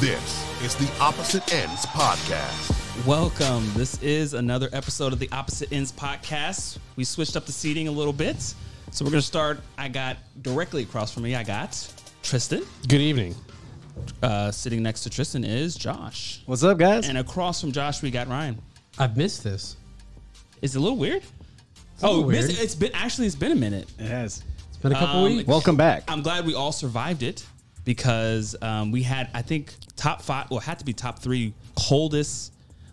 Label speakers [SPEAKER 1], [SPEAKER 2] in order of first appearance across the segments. [SPEAKER 1] This is the Opposite Ends Podcast.
[SPEAKER 2] Welcome. This is another episode of the Opposite Ends podcast. We switched up the seating a little bit. So we're going to start. I got directly across from me, I got Tristan.
[SPEAKER 3] Good evening.
[SPEAKER 2] Uh, sitting next to Tristan is Josh.
[SPEAKER 4] What's up, guys?
[SPEAKER 2] And across from Josh, we got Ryan.
[SPEAKER 3] I've missed this.
[SPEAKER 2] Is it a little weird?
[SPEAKER 3] a
[SPEAKER 2] oh,
[SPEAKER 3] little
[SPEAKER 2] miss-
[SPEAKER 3] weird.
[SPEAKER 2] it's been actually, it's been a minute.
[SPEAKER 4] Yes.
[SPEAKER 3] It's been a couple
[SPEAKER 2] Um,
[SPEAKER 3] weeks.
[SPEAKER 4] Welcome back.
[SPEAKER 2] I'm glad we all survived it because um, we had, I think, top five, well, it had to be top three coldest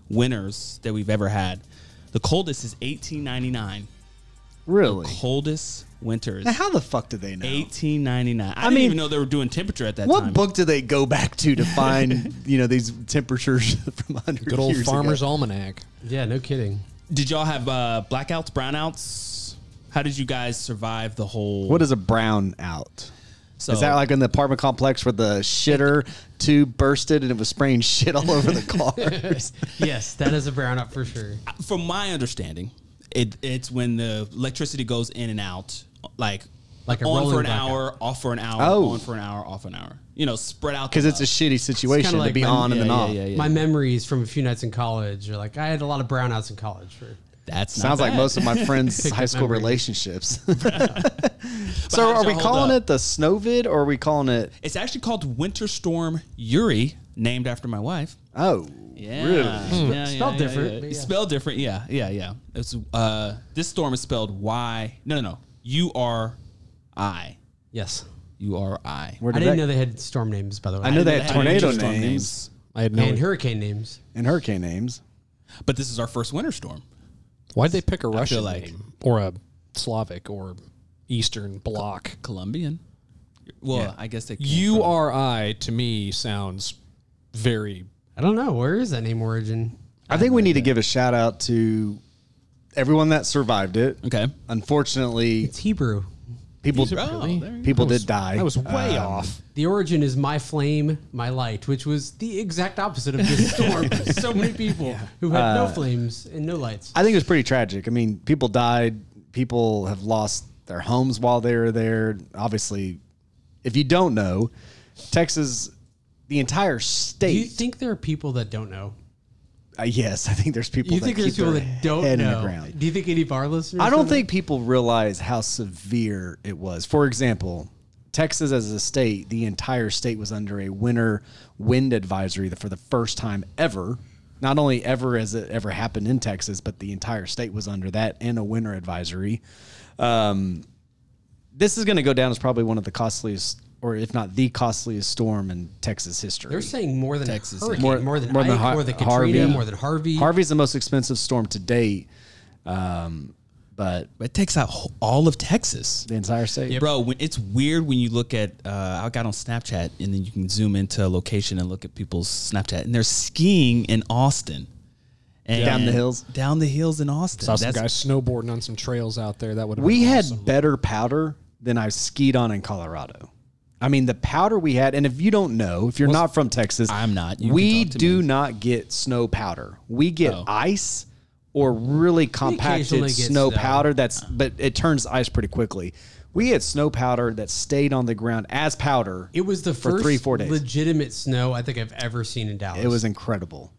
[SPEAKER 2] winters that we've ever had. The coldest is 1899.
[SPEAKER 4] really?
[SPEAKER 2] coldest winters.
[SPEAKER 4] Now, how the fuck do they know?
[SPEAKER 2] 1899. I,
[SPEAKER 4] I
[SPEAKER 2] didn't
[SPEAKER 4] mean-
[SPEAKER 2] even know they were doing temperature at that
[SPEAKER 4] What
[SPEAKER 2] time.
[SPEAKER 4] book do they go back to to find you know these temperatures from hundred
[SPEAKER 3] Good old
[SPEAKER 4] years
[SPEAKER 3] Farmer's
[SPEAKER 4] Ago?
[SPEAKER 3] Almanac. Yeah, no kidding.
[SPEAKER 2] Did y'all have uh, blackouts, brownouts? How did you guys survive the whole?
[SPEAKER 4] What is a brown out?
[SPEAKER 2] so,
[SPEAKER 4] Is that like in the apartment complex where the shitter tube bursted and it was spraying shit all over the cars?
[SPEAKER 3] yes, that is a brown up for sure.
[SPEAKER 2] From my understanding, it, it's when the electricity goes in and out, like
[SPEAKER 3] Like a
[SPEAKER 2] on for
[SPEAKER 3] rolling
[SPEAKER 2] an
[SPEAKER 3] blackout.
[SPEAKER 2] hour, off for an hour,
[SPEAKER 4] Oh.
[SPEAKER 2] on for an hour, off an hour. You know, spread out
[SPEAKER 4] Because it's a shitty situation
[SPEAKER 3] like
[SPEAKER 4] to be
[SPEAKER 3] when-
[SPEAKER 4] on and
[SPEAKER 2] yeah,
[SPEAKER 4] then
[SPEAKER 2] yeah,
[SPEAKER 4] off.
[SPEAKER 2] yeah, yeah.
[SPEAKER 3] My memories from a few nights in college are like I had a lot of brownouts in college. For,
[SPEAKER 2] That's not
[SPEAKER 4] Sounds like
[SPEAKER 2] bad.
[SPEAKER 4] most of my friends'
[SPEAKER 3] Picked up
[SPEAKER 4] high school
[SPEAKER 3] memories.
[SPEAKER 4] relationships.
[SPEAKER 2] how
[SPEAKER 4] so,
[SPEAKER 2] does
[SPEAKER 4] are we
[SPEAKER 2] y'all hold
[SPEAKER 4] calling
[SPEAKER 2] up?
[SPEAKER 4] it the snowvid or are we calling it?
[SPEAKER 2] It's actually called Winter Storm Uri, named after my wife.
[SPEAKER 4] Oh,
[SPEAKER 2] Yeah. Hmm.
[SPEAKER 4] really?
[SPEAKER 5] Hmm.
[SPEAKER 2] Yeah,
[SPEAKER 3] Spelled different, but
[SPEAKER 2] yeah.
[SPEAKER 3] yeah.
[SPEAKER 2] Spelled different. Yeah, yeah, yeah. It's uh, this storm is spelled Y. No, no, no. U R I.
[SPEAKER 3] yes,
[SPEAKER 2] U R I.
[SPEAKER 4] Where
[SPEAKER 3] I
[SPEAKER 4] did
[SPEAKER 3] didn't
[SPEAKER 4] that-
[SPEAKER 3] know they had storm names by the way.
[SPEAKER 4] I know they had
[SPEAKER 2] They had
[SPEAKER 4] tornado
[SPEAKER 2] winter storm
[SPEAKER 4] names.
[SPEAKER 5] I had no.
[SPEAKER 3] and hurricane names.
[SPEAKER 4] and hurricane names.
[SPEAKER 2] but this is our first winter storm.
[SPEAKER 5] Why'd they pick a Russian
[SPEAKER 2] like-
[SPEAKER 5] name or a Slavic or Eastern Bloc?
[SPEAKER 2] Colombian. Well, I guess they. came
[SPEAKER 5] U
[SPEAKER 2] from-
[SPEAKER 5] R I to me sounds very.
[SPEAKER 3] I don't know where is that name origin.
[SPEAKER 4] I think we need to give a shout out to everyone that survived it.
[SPEAKER 2] okay.
[SPEAKER 4] Unfortunately,
[SPEAKER 3] It's Hebrew.
[SPEAKER 4] people
[SPEAKER 2] Oh, there you go.
[SPEAKER 4] people
[SPEAKER 5] I was-
[SPEAKER 4] did die. Um,
[SPEAKER 5] I was
[SPEAKER 2] Um,
[SPEAKER 5] way off.
[SPEAKER 3] The origin is my flame, my light, which was the exact opposite of this storm. so many people who had
[SPEAKER 4] Uh,
[SPEAKER 3] no flames and no lights.
[SPEAKER 4] I think it was pretty tragic. I mean, people died. People have lost their homes while they were there. Obviously, if you don't know, Texas, the entire state.
[SPEAKER 3] Do you think there are people that don't know?
[SPEAKER 4] uh, yes, I think there's people.
[SPEAKER 3] You
[SPEAKER 4] that
[SPEAKER 3] think
[SPEAKER 4] keep
[SPEAKER 3] there's people
[SPEAKER 4] their
[SPEAKER 3] that don't
[SPEAKER 4] head
[SPEAKER 3] know?
[SPEAKER 4] in the ground.
[SPEAKER 3] Do you think any of our listeners?
[SPEAKER 4] I don't
[SPEAKER 3] know?
[SPEAKER 4] think people realize how severe it was. For example, Texas as a state, the entire state was under a winter wind advisory for the first time ever. Not only ever as it ever happened in Texas, but the entire state was under that and a winter advisory. Um, this is going to go down as probably one of the costliest, or if not the costliest storm in Texas history.
[SPEAKER 3] they're saying more than
[SPEAKER 2] Texas.
[SPEAKER 3] Texas, hurricane,
[SPEAKER 4] More-
[SPEAKER 3] more, than more
[SPEAKER 4] more than
[SPEAKER 3] Ike,
[SPEAKER 4] Har-
[SPEAKER 3] more than
[SPEAKER 4] Harvey.
[SPEAKER 3] Katrina, more than Harvey.
[SPEAKER 4] Harvey's the most expensive storm to date, um, but
[SPEAKER 2] But it takes out wh- all of Texas.
[SPEAKER 4] the entire state.
[SPEAKER 2] Bro, when, it's weird when you look at. Uh, I got on Snapchat, and then you can zoom into a location and look at people's Snapchat, and they're skiing in Austin, and
[SPEAKER 4] Down the hills.
[SPEAKER 2] down the hills in Austin.
[SPEAKER 5] Saw some
[SPEAKER 2] That's-
[SPEAKER 5] guys snowboarding on some trails out there. That would have
[SPEAKER 4] We
[SPEAKER 5] been
[SPEAKER 4] had
[SPEAKER 5] awesome.
[SPEAKER 4] better powder than I skied on in Colorado. I mean, the powder we had, and if you don't know, if you're not from Texas,
[SPEAKER 2] I'm not. You can
[SPEAKER 4] We
[SPEAKER 2] talk to Oh.
[SPEAKER 4] do not get snow powder. We get ice or really compacted
[SPEAKER 3] occasionally get
[SPEAKER 4] snow
[SPEAKER 3] snow.
[SPEAKER 4] powder. That's but it turns ice pretty quickly. We had snow powder that stayed on the ground as powder.
[SPEAKER 3] It was the
[SPEAKER 4] For
[SPEAKER 3] first
[SPEAKER 4] three, four days.
[SPEAKER 3] legitimate snow I think I've ever seen in Dallas.
[SPEAKER 4] It was incredible.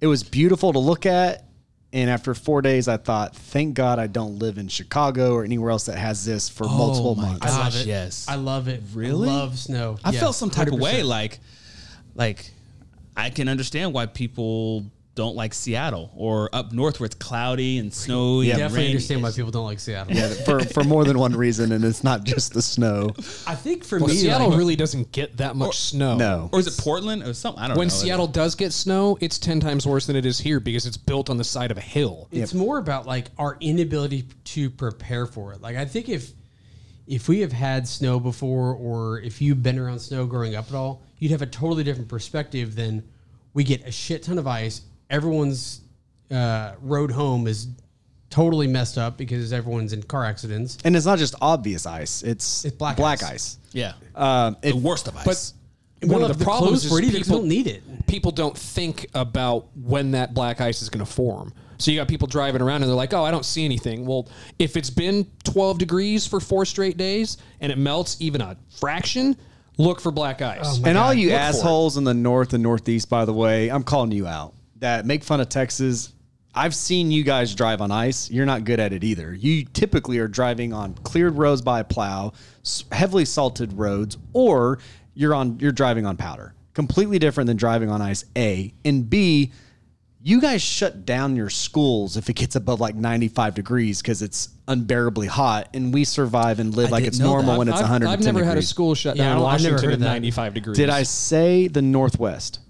[SPEAKER 4] It was beautiful to look at. And after four days, I thought, thank God I don't live in Chicago or anywhere else that has this for multiple
[SPEAKER 2] Oh my
[SPEAKER 4] months.
[SPEAKER 3] I love
[SPEAKER 2] Gosh,
[SPEAKER 3] it.
[SPEAKER 2] yes.
[SPEAKER 3] I love it.
[SPEAKER 2] Really?
[SPEAKER 3] I love snow.
[SPEAKER 2] I
[SPEAKER 3] Yes,
[SPEAKER 2] felt some type of way,
[SPEAKER 3] 100%.
[SPEAKER 2] like, like I can understand why people don't like Seattle or up north where it's cloudy and snowy. and
[SPEAKER 3] Definitely
[SPEAKER 2] rainy.
[SPEAKER 3] understand why people don't like Seattle.
[SPEAKER 4] Yeah, for, for more than one reason, and it's not just the snow.
[SPEAKER 3] I think for
[SPEAKER 5] Well,
[SPEAKER 3] me,
[SPEAKER 5] Seattle
[SPEAKER 3] like,
[SPEAKER 5] really doesn't get that much snow.
[SPEAKER 4] No.
[SPEAKER 2] Or is it Portland or something? I don't
[SPEAKER 5] When
[SPEAKER 2] know.
[SPEAKER 5] Seattle does get snow, it's ten times worse than it is here because it's built on the side of a hill.
[SPEAKER 3] it's more about like our inability to prepare for it. Like I think if if we have had snow before, or if you've been around snow growing up at all, you'd have a totally different perspective than we get a shit ton of ice. Everyone's uh, road home is totally messed up because everyone's in car accidents.
[SPEAKER 4] And it's not just obvious ice; it's,
[SPEAKER 3] It's black ice.
[SPEAKER 4] ice.
[SPEAKER 2] Yeah.
[SPEAKER 4] Um, it,
[SPEAKER 2] the worst of
[SPEAKER 5] But
[SPEAKER 2] us.
[SPEAKER 5] one
[SPEAKER 3] Well,
[SPEAKER 5] of
[SPEAKER 3] if
[SPEAKER 5] the
[SPEAKER 3] the
[SPEAKER 5] problems
[SPEAKER 3] clothes
[SPEAKER 5] is
[SPEAKER 3] were
[SPEAKER 5] people,
[SPEAKER 3] to be, people need it.
[SPEAKER 5] People don't think about when that black ice is going to form. So you got people driving around and they're like, "Oh, I don't see anything." Well, if it's been 12 degrees for four straight days and it melts even a fraction, Look for black
[SPEAKER 4] Oh,
[SPEAKER 5] ice.
[SPEAKER 4] and all you
[SPEAKER 5] Oh Look for it.
[SPEAKER 4] assholes in the north and northeast, by the way, I'm calling you out. That make fun of Texas. I've seen you guys drive on ice. You're not good at it either. You typically are driving on cleared roads by a plow, s- heavily salted roads, or you're on you're driving on powder. Completely different than driving on ice. A and B. You guys shut down your schools if it gets above like 95 degrees because it's unbearably hot, and we survive and live like
[SPEAKER 2] didn't
[SPEAKER 4] it's
[SPEAKER 2] know
[SPEAKER 4] normal
[SPEAKER 2] that.
[SPEAKER 4] when it's
[SPEAKER 5] I've,
[SPEAKER 4] 110
[SPEAKER 5] I've never
[SPEAKER 4] degrees.
[SPEAKER 5] had a school shut
[SPEAKER 3] Yeah,
[SPEAKER 5] down in
[SPEAKER 3] well, I've never
[SPEAKER 5] Washington
[SPEAKER 3] heard
[SPEAKER 5] at
[SPEAKER 3] that.
[SPEAKER 5] 95 degrees.
[SPEAKER 4] Did I say the Northwest?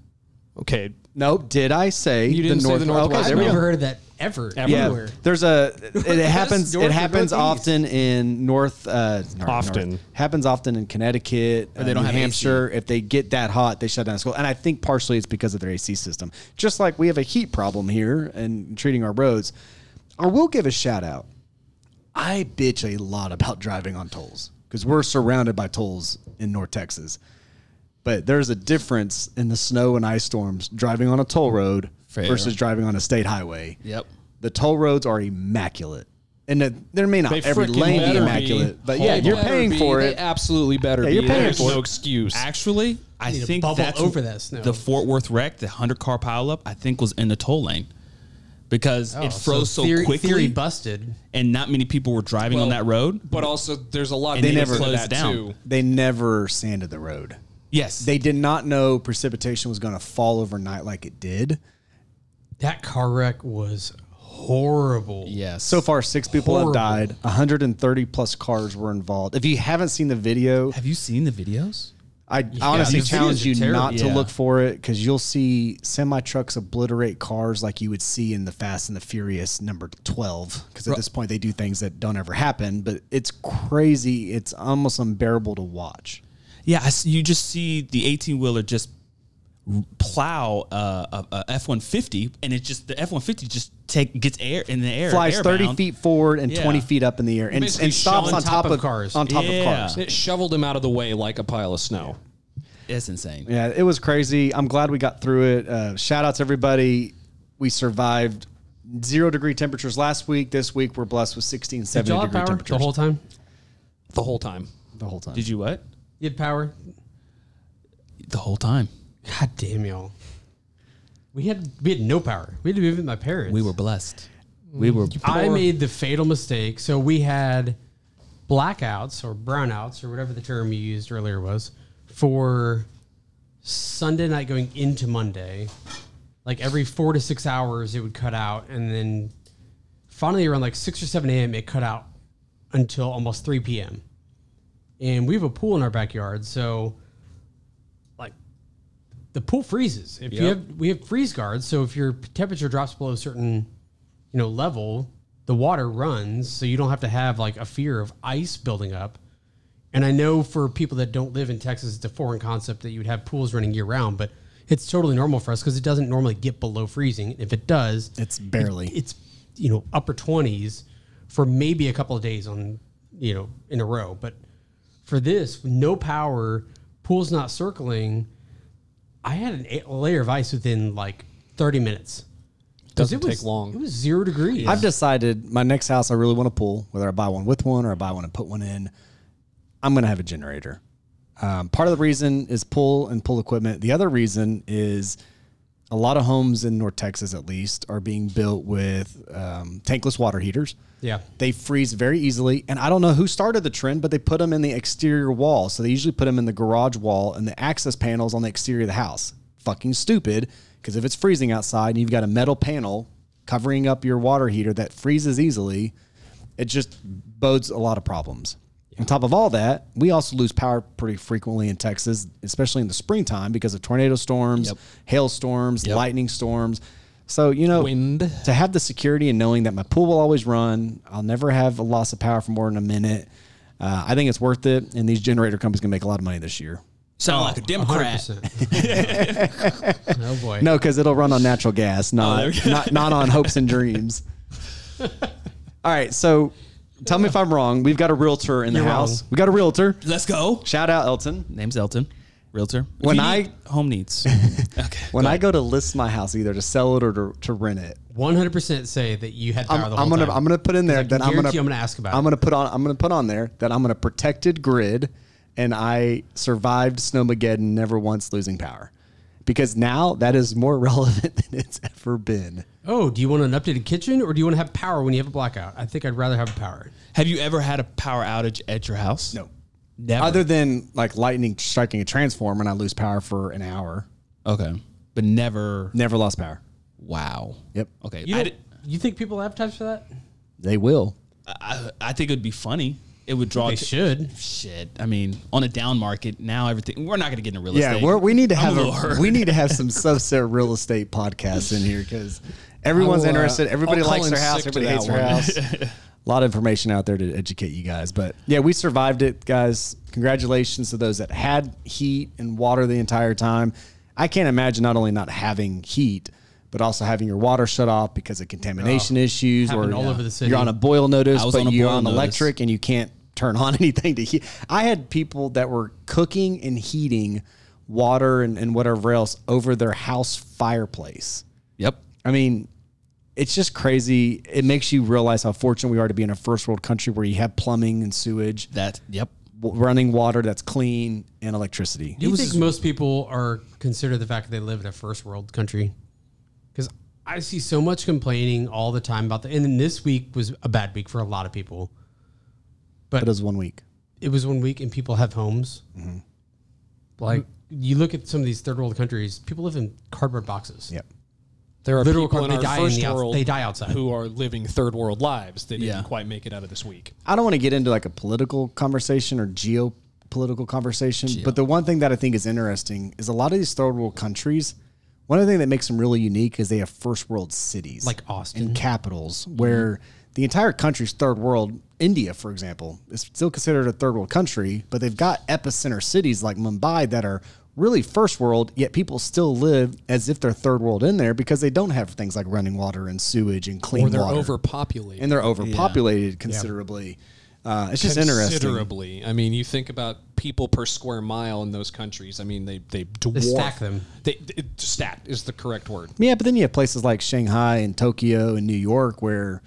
[SPEAKER 5] Okay.
[SPEAKER 4] No, did I say
[SPEAKER 5] You didn't
[SPEAKER 4] the
[SPEAKER 5] say
[SPEAKER 4] North?
[SPEAKER 5] the Northwest.
[SPEAKER 4] Okay, there
[SPEAKER 3] I've
[SPEAKER 4] we
[SPEAKER 3] never
[SPEAKER 4] go.
[SPEAKER 3] heard of that ever,
[SPEAKER 4] Yeah,
[SPEAKER 3] everywhere.
[SPEAKER 4] there's a. It happens.
[SPEAKER 3] North
[SPEAKER 4] It
[SPEAKER 3] or
[SPEAKER 4] happens
[SPEAKER 3] Northeast?
[SPEAKER 4] often in North. Uh, North-
[SPEAKER 5] Often.
[SPEAKER 4] North. happens often in Connecticut. Or
[SPEAKER 2] they don't
[SPEAKER 4] New
[SPEAKER 2] have AC.
[SPEAKER 4] Hampshire. If they get that hot, they shut down school. And I think partially it's because of their AC system. Just like we have a heat problem here and treating our roads. I will give a shout out. I bitch a lot about driving on tolls because we're surrounded by tolls in North Texas. But there's a difference in the snow and ice storms driving on a toll road
[SPEAKER 2] Fair.
[SPEAKER 4] versus driving on a state highway.
[SPEAKER 2] Yep.
[SPEAKER 4] The toll roads are immaculate. And the, there may not
[SPEAKER 5] They
[SPEAKER 4] every
[SPEAKER 5] freaking
[SPEAKER 4] lane be
[SPEAKER 5] better
[SPEAKER 4] immaculate,
[SPEAKER 5] be.
[SPEAKER 4] but yeah,
[SPEAKER 5] They
[SPEAKER 4] you're
[SPEAKER 5] better
[SPEAKER 4] paying
[SPEAKER 5] be.
[SPEAKER 4] for
[SPEAKER 5] They
[SPEAKER 4] it.
[SPEAKER 5] absolutely better.
[SPEAKER 4] Yeah, you're
[SPEAKER 5] be.
[SPEAKER 4] paying
[SPEAKER 5] There's
[SPEAKER 4] for it.
[SPEAKER 5] no excuse.
[SPEAKER 2] Actually, I
[SPEAKER 3] need to
[SPEAKER 2] think
[SPEAKER 3] bubble
[SPEAKER 2] that's
[SPEAKER 3] over that snow.
[SPEAKER 2] The Fort Worth wreck, the hundred car pileup, I think was in the toll lane because it froze so,
[SPEAKER 3] theory,
[SPEAKER 2] quickly,
[SPEAKER 3] Theory busted.
[SPEAKER 2] and not many people were driving on
[SPEAKER 5] Well,
[SPEAKER 2] that road.
[SPEAKER 5] But also, there's a lot.
[SPEAKER 2] And they
[SPEAKER 5] that
[SPEAKER 2] never
[SPEAKER 5] goes into
[SPEAKER 2] closed
[SPEAKER 5] that,
[SPEAKER 2] down.
[SPEAKER 5] Too.
[SPEAKER 4] They never sanded the road.
[SPEAKER 2] Yes,
[SPEAKER 4] They did not know precipitation was going to fall overnight like it did.
[SPEAKER 3] That car wreck was horrible.
[SPEAKER 2] yes.
[SPEAKER 4] So far, six people
[SPEAKER 3] Horrible.
[SPEAKER 4] have died. 130 plus cars were involved. If you haven't seen the video,
[SPEAKER 2] have you seen the videos?
[SPEAKER 4] I honestly
[SPEAKER 3] these
[SPEAKER 4] challenge
[SPEAKER 3] videos are
[SPEAKER 4] you
[SPEAKER 3] terrible.
[SPEAKER 4] not to
[SPEAKER 2] Yeah.
[SPEAKER 4] look for it because you'll see semi trucks obliterate cars like you would see in the Fast and the Furious number 12. Because at this point, they do things that don't ever happen, but it's crazy. It's almost unbearable to watch.
[SPEAKER 2] Yeah, I s you just see the eighteen wheeler just plow uh, a F one fifty, and it just the F one fifty just take gets air in the air,
[SPEAKER 4] Flies 30
[SPEAKER 2] airbound.
[SPEAKER 4] feet forward and
[SPEAKER 2] Yeah.
[SPEAKER 4] 20 feet up in the air and,
[SPEAKER 5] Basically
[SPEAKER 4] and stops
[SPEAKER 3] showing
[SPEAKER 4] on top, of, cars. On top
[SPEAKER 2] Yeah.
[SPEAKER 4] of cars.
[SPEAKER 5] It shoveled him out of the way like a pile of snow.
[SPEAKER 2] It's insane.
[SPEAKER 4] Yeah, it was crazy. I'm glad we got through it. Uh, shout out to everybody. We survived zero degree temperatures last week. This week, we're blessed with 16,
[SPEAKER 3] Did y'all
[SPEAKER 4] 70
[SPEAKER 3] have
[SPEAKER 4] degree
[SPEAKER 3] power the
[SPEAKER 4] temperatures
[SPEAKER 3] whole time?
[SPEAKER 5] The whole time.
[SPEAKER 4] the whole time.
[SPEAKER 2] Did you what?
[SPEAKER 3] You had power?
[SPEAKER 2] The whole time
[SPEAKER 3] God damn y'all. We had we had no power. We had to move with my parents.
[SPEAKER 2] we were blessed. We were.
[SPEAKER 3] I made the fatal mistake. So we had blackouts or brownouts or whatever the term you used earlier was for Sunday night going into Monday. Like every four to six hours, it would cut out, and then finally around like six or seven a.m., it cut out until almost three p.m. And we have a pool in our backyard, so like the pool freezes. If you
[SPEAKER 5] Yep.
[SPEAKER 3] have we have freeze guards, so if your temperature drops below a certain you know level the water runs so you don't have to have like a fear of ice building up and i know for people that don't live in texas it's a foreign concept that you'd have pools running year round but it's totally normal for us because it doesn't normally get below freezing if it does
[SPEAKER 4] It's barely.
[SPEAKER 3] it's you know upper 20s for maybe a couple of days on you know in a row but for this with no power pool's not circling i had an a layer of ice within like 30 minutes 'Cause
[SPEAKER 5] Doesn't
[SPEAKER 3] it was,
[SPEAKER 5] take long.
[SPEAKER 3] it was zero degrees
[SPEAKER 4] I've decided my next house, I really want a pool, whether I buy one with one or I buy one and put one in. I'm going to have a generator. Um, part of the reason is pool and pool equipment. The other reason is a lot of homes in North Texas, at least, are being built with um, tankless water heaters.
[SPEAKER 3] Yeah.
[SPEAKER 4] They freeze very easily. And I don't know who started the trend, but they put them in the exterior wall. So they usually put them in the garage wall and the access panels on the exterior of the house. Fucking stupid. Because if it's freezing outside and you've got a metal panel covering up your water heater that freezes easily, it just bodes a lot of problems. On top of all that, we also lose power pretty frequently in Texas, especially in the springtime because of tornado storms, hail storms, lightning storms. So, you know,
[SPEAKER 5] Wind.
[SPEAKER 4] to have the security and knowing that my pool will always run, I'll never have a loss of power for more than a minute. Uh, I think it's worth it, and these generator companies can make a lot of money this year.
[SPEAKER 2] Sound like a Democrat.
[SPEAKER 3] 100%. oh boy.
[SPEAKER 4] No, because it'll run on natural gas, not not not on hopes and dreams. All right, so tell me if I'm wrong. We've got a realtor in the
[SPEAKER 3] You're
[SPEAKER 4] house.
[SPEAKER 3] wrong.
[SPEAKER 4] We got a realtor.
[SPEAKER 2] Let's go.
[SPEAKER 4] Shout out Elton.
[SPEAKER 2] Name's Elton, realtor. If
[SPEAKER 4] When
[SPEAKER 2] you
[SPEAKER 4] I-
[SPEAKER 2] need home needs. okay.
[SPEAKER 4] When I go to list my house, either to sell it or to, to rent it,
[SPEAKER 3] One hundred percent say that you had power
[SPEAKER 4] I'm,
[SPEAKER 3] the whole
[SPEAKER 4] I'm gonna
[SPEAKER 3] time.
[SPEAKER 4] I'm gonna put in there
[SPEAKER 3] I can
[SPEAKER 4] that I'm gonna
[SPEAKER 3] guarantee I'm gonna ask about
[SPEAKER 4] I'm
[SPEAKER 3] it.
[SPEAKER 4] gonna put on I'm gonna put on there that I'm gonna protected grid and I survived Snowmageddon, never once losing power. Because now that is more relevant than it's ever been.
[SPEAKER 3] Oh, do you want an updated kitchen or do you want to have power when you have a blackout? I think I'd rather have power.
[SPEAKER 2] Have you ever had a power outage at your house? Never.
[SPEAKER 4] Other than like lightning striking a transformer and I lose power for an hour.
[SPEAKER 2] okay. But never.
[SPEAKER 4] Never lost power.
[SPEAKER 2] Wow.
[SPEAKER 4] Yep.
[SPEAKER 2] Okay.
[SPEAKER 3] You,
[SPEAKER 2] I,
[SPEAKER 3] don't-
[SPEAKER 2] did-
[SPEAKER 3] you think people have times for that?
[SPEAKER 4] They will.
[SPEAKER 2] I, I think it would be funny. It would draw.
[SPEAKER 3] They
[SPEAKER 2] t-
[SPEAKER 3] should.
[SPEAKER 2] Shit. I mean, on a down market now, everything. We're not going to get into real
[SPEAKER 4] Yeah,
[SPEAKER 2] estate.
[SPEAKER 4] we're, we need to
[SPEAKER 2] I'm
[SPEAKER 4] have
[SPEAKER 2] a
[SPEAKER 4] a,
[SPEAKER 2] little hurt.
[SPEAKER 4] we need to have some subset real estate podcasts in here because everyone's
[SPEAKER 5] I will, uh,
[SPEAKER 4] interested. Everybody
[SPEAKER 5] I'll call
[SPEAKER 4] likes
[SPEAKER 5] in
[SPEAKER 4] their house.
[SPEAKER 5] sick to
[SPEAKER 4] Everybody hates their house. a lot of information out there to educate you guys, but yeah, we survived it, guys. Congratulations to those that had heat and water the entire time. I can't imagine not only not having heat, but also having your water shut off because of contamination issues, or
[SPEAKER 3] happened all over the city.
[SPEAKER 4] you're on a boil notice,
[SPEAKER 2] I was
[SPEAKER 4] but
[SPEAKER 2] on a
[SPEAKER 4] you're
[SPEAKER 2] boil
[SPEAKER 4] on
[SPEAKER 2] notice.
[SPEAKER 4] electric electric and you can't turn on anything to heat. I had people that were cooking and heating water and, and whatever else over their house fireplace.
[SPEAKER 2] Yep.
[SPEAKER 4] I mean, it's just crazy. It makes you realize how fortunate we are to be in a first world country where you have plumbing and sewage,
[SPEAKER 2] That. Yep.
[SPEAKER 4] w- running water that's clean, and electricity.
[SPEAKER 3] Do you think most people are consider the fact that they live in a first world country? Because I see so much complaining all the time about the. And then this week was a bad week for a lot of people.
[SPEAKER 4] But it was one week.
[SPEAKER 3] It was one week, and people have homes.
[SPEAKER 4] Mm-hmm.
[SPEAKER 3] Like you look at some of these third world countries, people live in cardboard boxes.
[SPEAKER 4] Yep.
[SPEAKER 5] There are
[SPEAKER 3] Literal
[SPEAKER 5] people
[SPEAKER 3] card-
[SPEAKER 5] in our
[SPEAKER 3] they die in
[SPEAKER 5] first
[SPEAKER 3] the outs-
[SPEAKER 5] world
[SPEAKER 3] they die outside.
[SPEAKER 5] who are living third world lives that
[SPEAKER 2] Yeah.
[SPEAKER 5] didn't quite make it out of this week.
[SPEAKER 4] I don't want to get into like a political conversation or geopolitical conversation, but the one thing that I think is interesting is a lot of these third world countries. One of the things that makes them really unique is they have first world cities
[SPEAKER 3] Like Austin.
[SPEAKER 4] and capitals where the entire country's third world. India, for example, is still considered a third world country, but they've got epicenter cities like Mumbai that are really first world, yet people still live as if they're third world in there because they don't have things like running water and sewage and clean
[SPEAKER 5] Or they're
[SPEAKER 4] water
[SPEAKER 5] overpopulated.
[SPEAKER 4] and they're overpopulated considerably. Uh, it's just interesting.
[SPEAKER 5] Considerably. I mean, you think about people per square mile in those countries. I mean, they they dwarf
[SPEAKER 3] stack them.
[SPEAKER 5] They, they stat is the correct word,
[SPEAKER 4] Yeah, but then you have places like Shanghai and Tokyo and New York where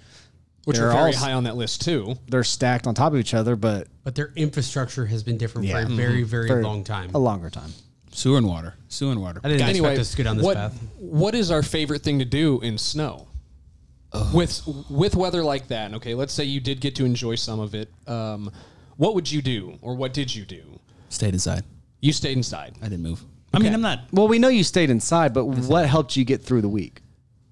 [SPEAKER 5] which
[SPEAKER 4] They're
[SPEAKER 5] are very
[SPEAKER 4] all-
[SPEAKER 5] high on that list too.
[SPEAKER 4] they're stacked on top of each other, but
[SPEAKER 3] But their infrastructure has been different
[SPEAKER 4] Yeah.
[SPEAKER 5] Mm-hmm.
[SPEAKER 3] for a very, very long time.
[SPEAKER 4] a longer time.
[SPEAKER 2] Sewer and water. Sewer and water.
[SPEAKER 3] I didn't
[SPEAKER 5] anyway,
[SPEAKER 3] expect us to go down this
[SPEAKER 5] what,
[SPEAKER 3] path.
[SPEAKER 5] what is our favorite thing to do in snow? With with weather like that, and okay, let's say you did get to enjoy some of it. Um, what would you do, or what did you do?
[SPEAKER 2] Stayed inside.
[SPEAKER 5] You stayed inside.
[SPEAKER 2] I didn't move. I mean, I'm not.
[SPEAKER 4] Well, we know you stayed inside, but what helped you get through the week?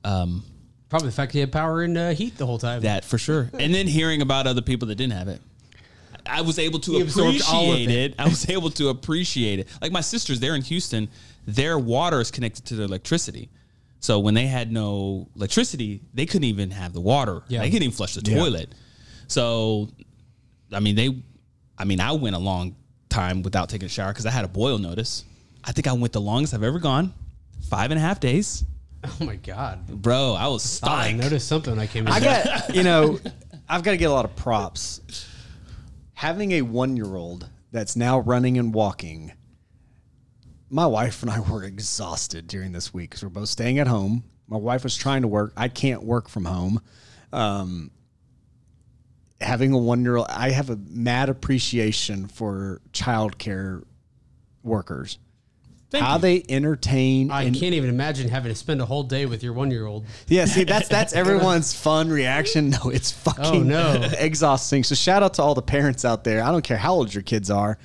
[SPEAKER 2] Um,
[SPEAKER 3] Probably the fact he had power and uh, heat the whole time.
[SPEAKER 2] that for sure. And then hearing about other people that didn't have it. I was able to
[SPEAKER 3] He absorbed
[SPEAKER 2] appreciate
[SPEAKER 3] all of
[SPEAKER 2] it. I was able to appreciate it. Like my sisters, they're in Houston. Their water is connected to their electricity. So when they had no electricity, they couldn't even have the water.
[SPEAKER 3] Yeah.
[SPEAKER 2] They couldn't even flush the toilet. So I mean they I mean I went a long time without taking a shower because I had a boil notice. I think I went the longest I've ever gone. Five and a half days.
[SPEAKER 3] Oh my god!
[SPEAKER 2] Bro, I was
[SPEAKER 3] Thought I
[SPEAKER 2] stuck.
[SPEAKER 3] noticed something. when I came. In
[SPEAKER 4] I got, you know, I've got to get a lot of props. Having a one year old that's now running and walking, my wife and I were exhausted during this week because we're both staying at home. My wife was trying to work. I can't work from home. Um, having a one year old, I have a mad appreciation for childcare workers. how they entertain
[SPEAKER 3] I
[SPEAKER 4] and
[SPEAKER 3] can't even imagine having to spend a whole day with your one year old.
[SPEAKER 4] Yeah, see, that's that's everyone's fun reaction. No, it's fucking
[SPEAKER 3] Oh, no.
[SPEAKER 4] exhausting. So shout out to all the parents out there. I don't care how old your kids are.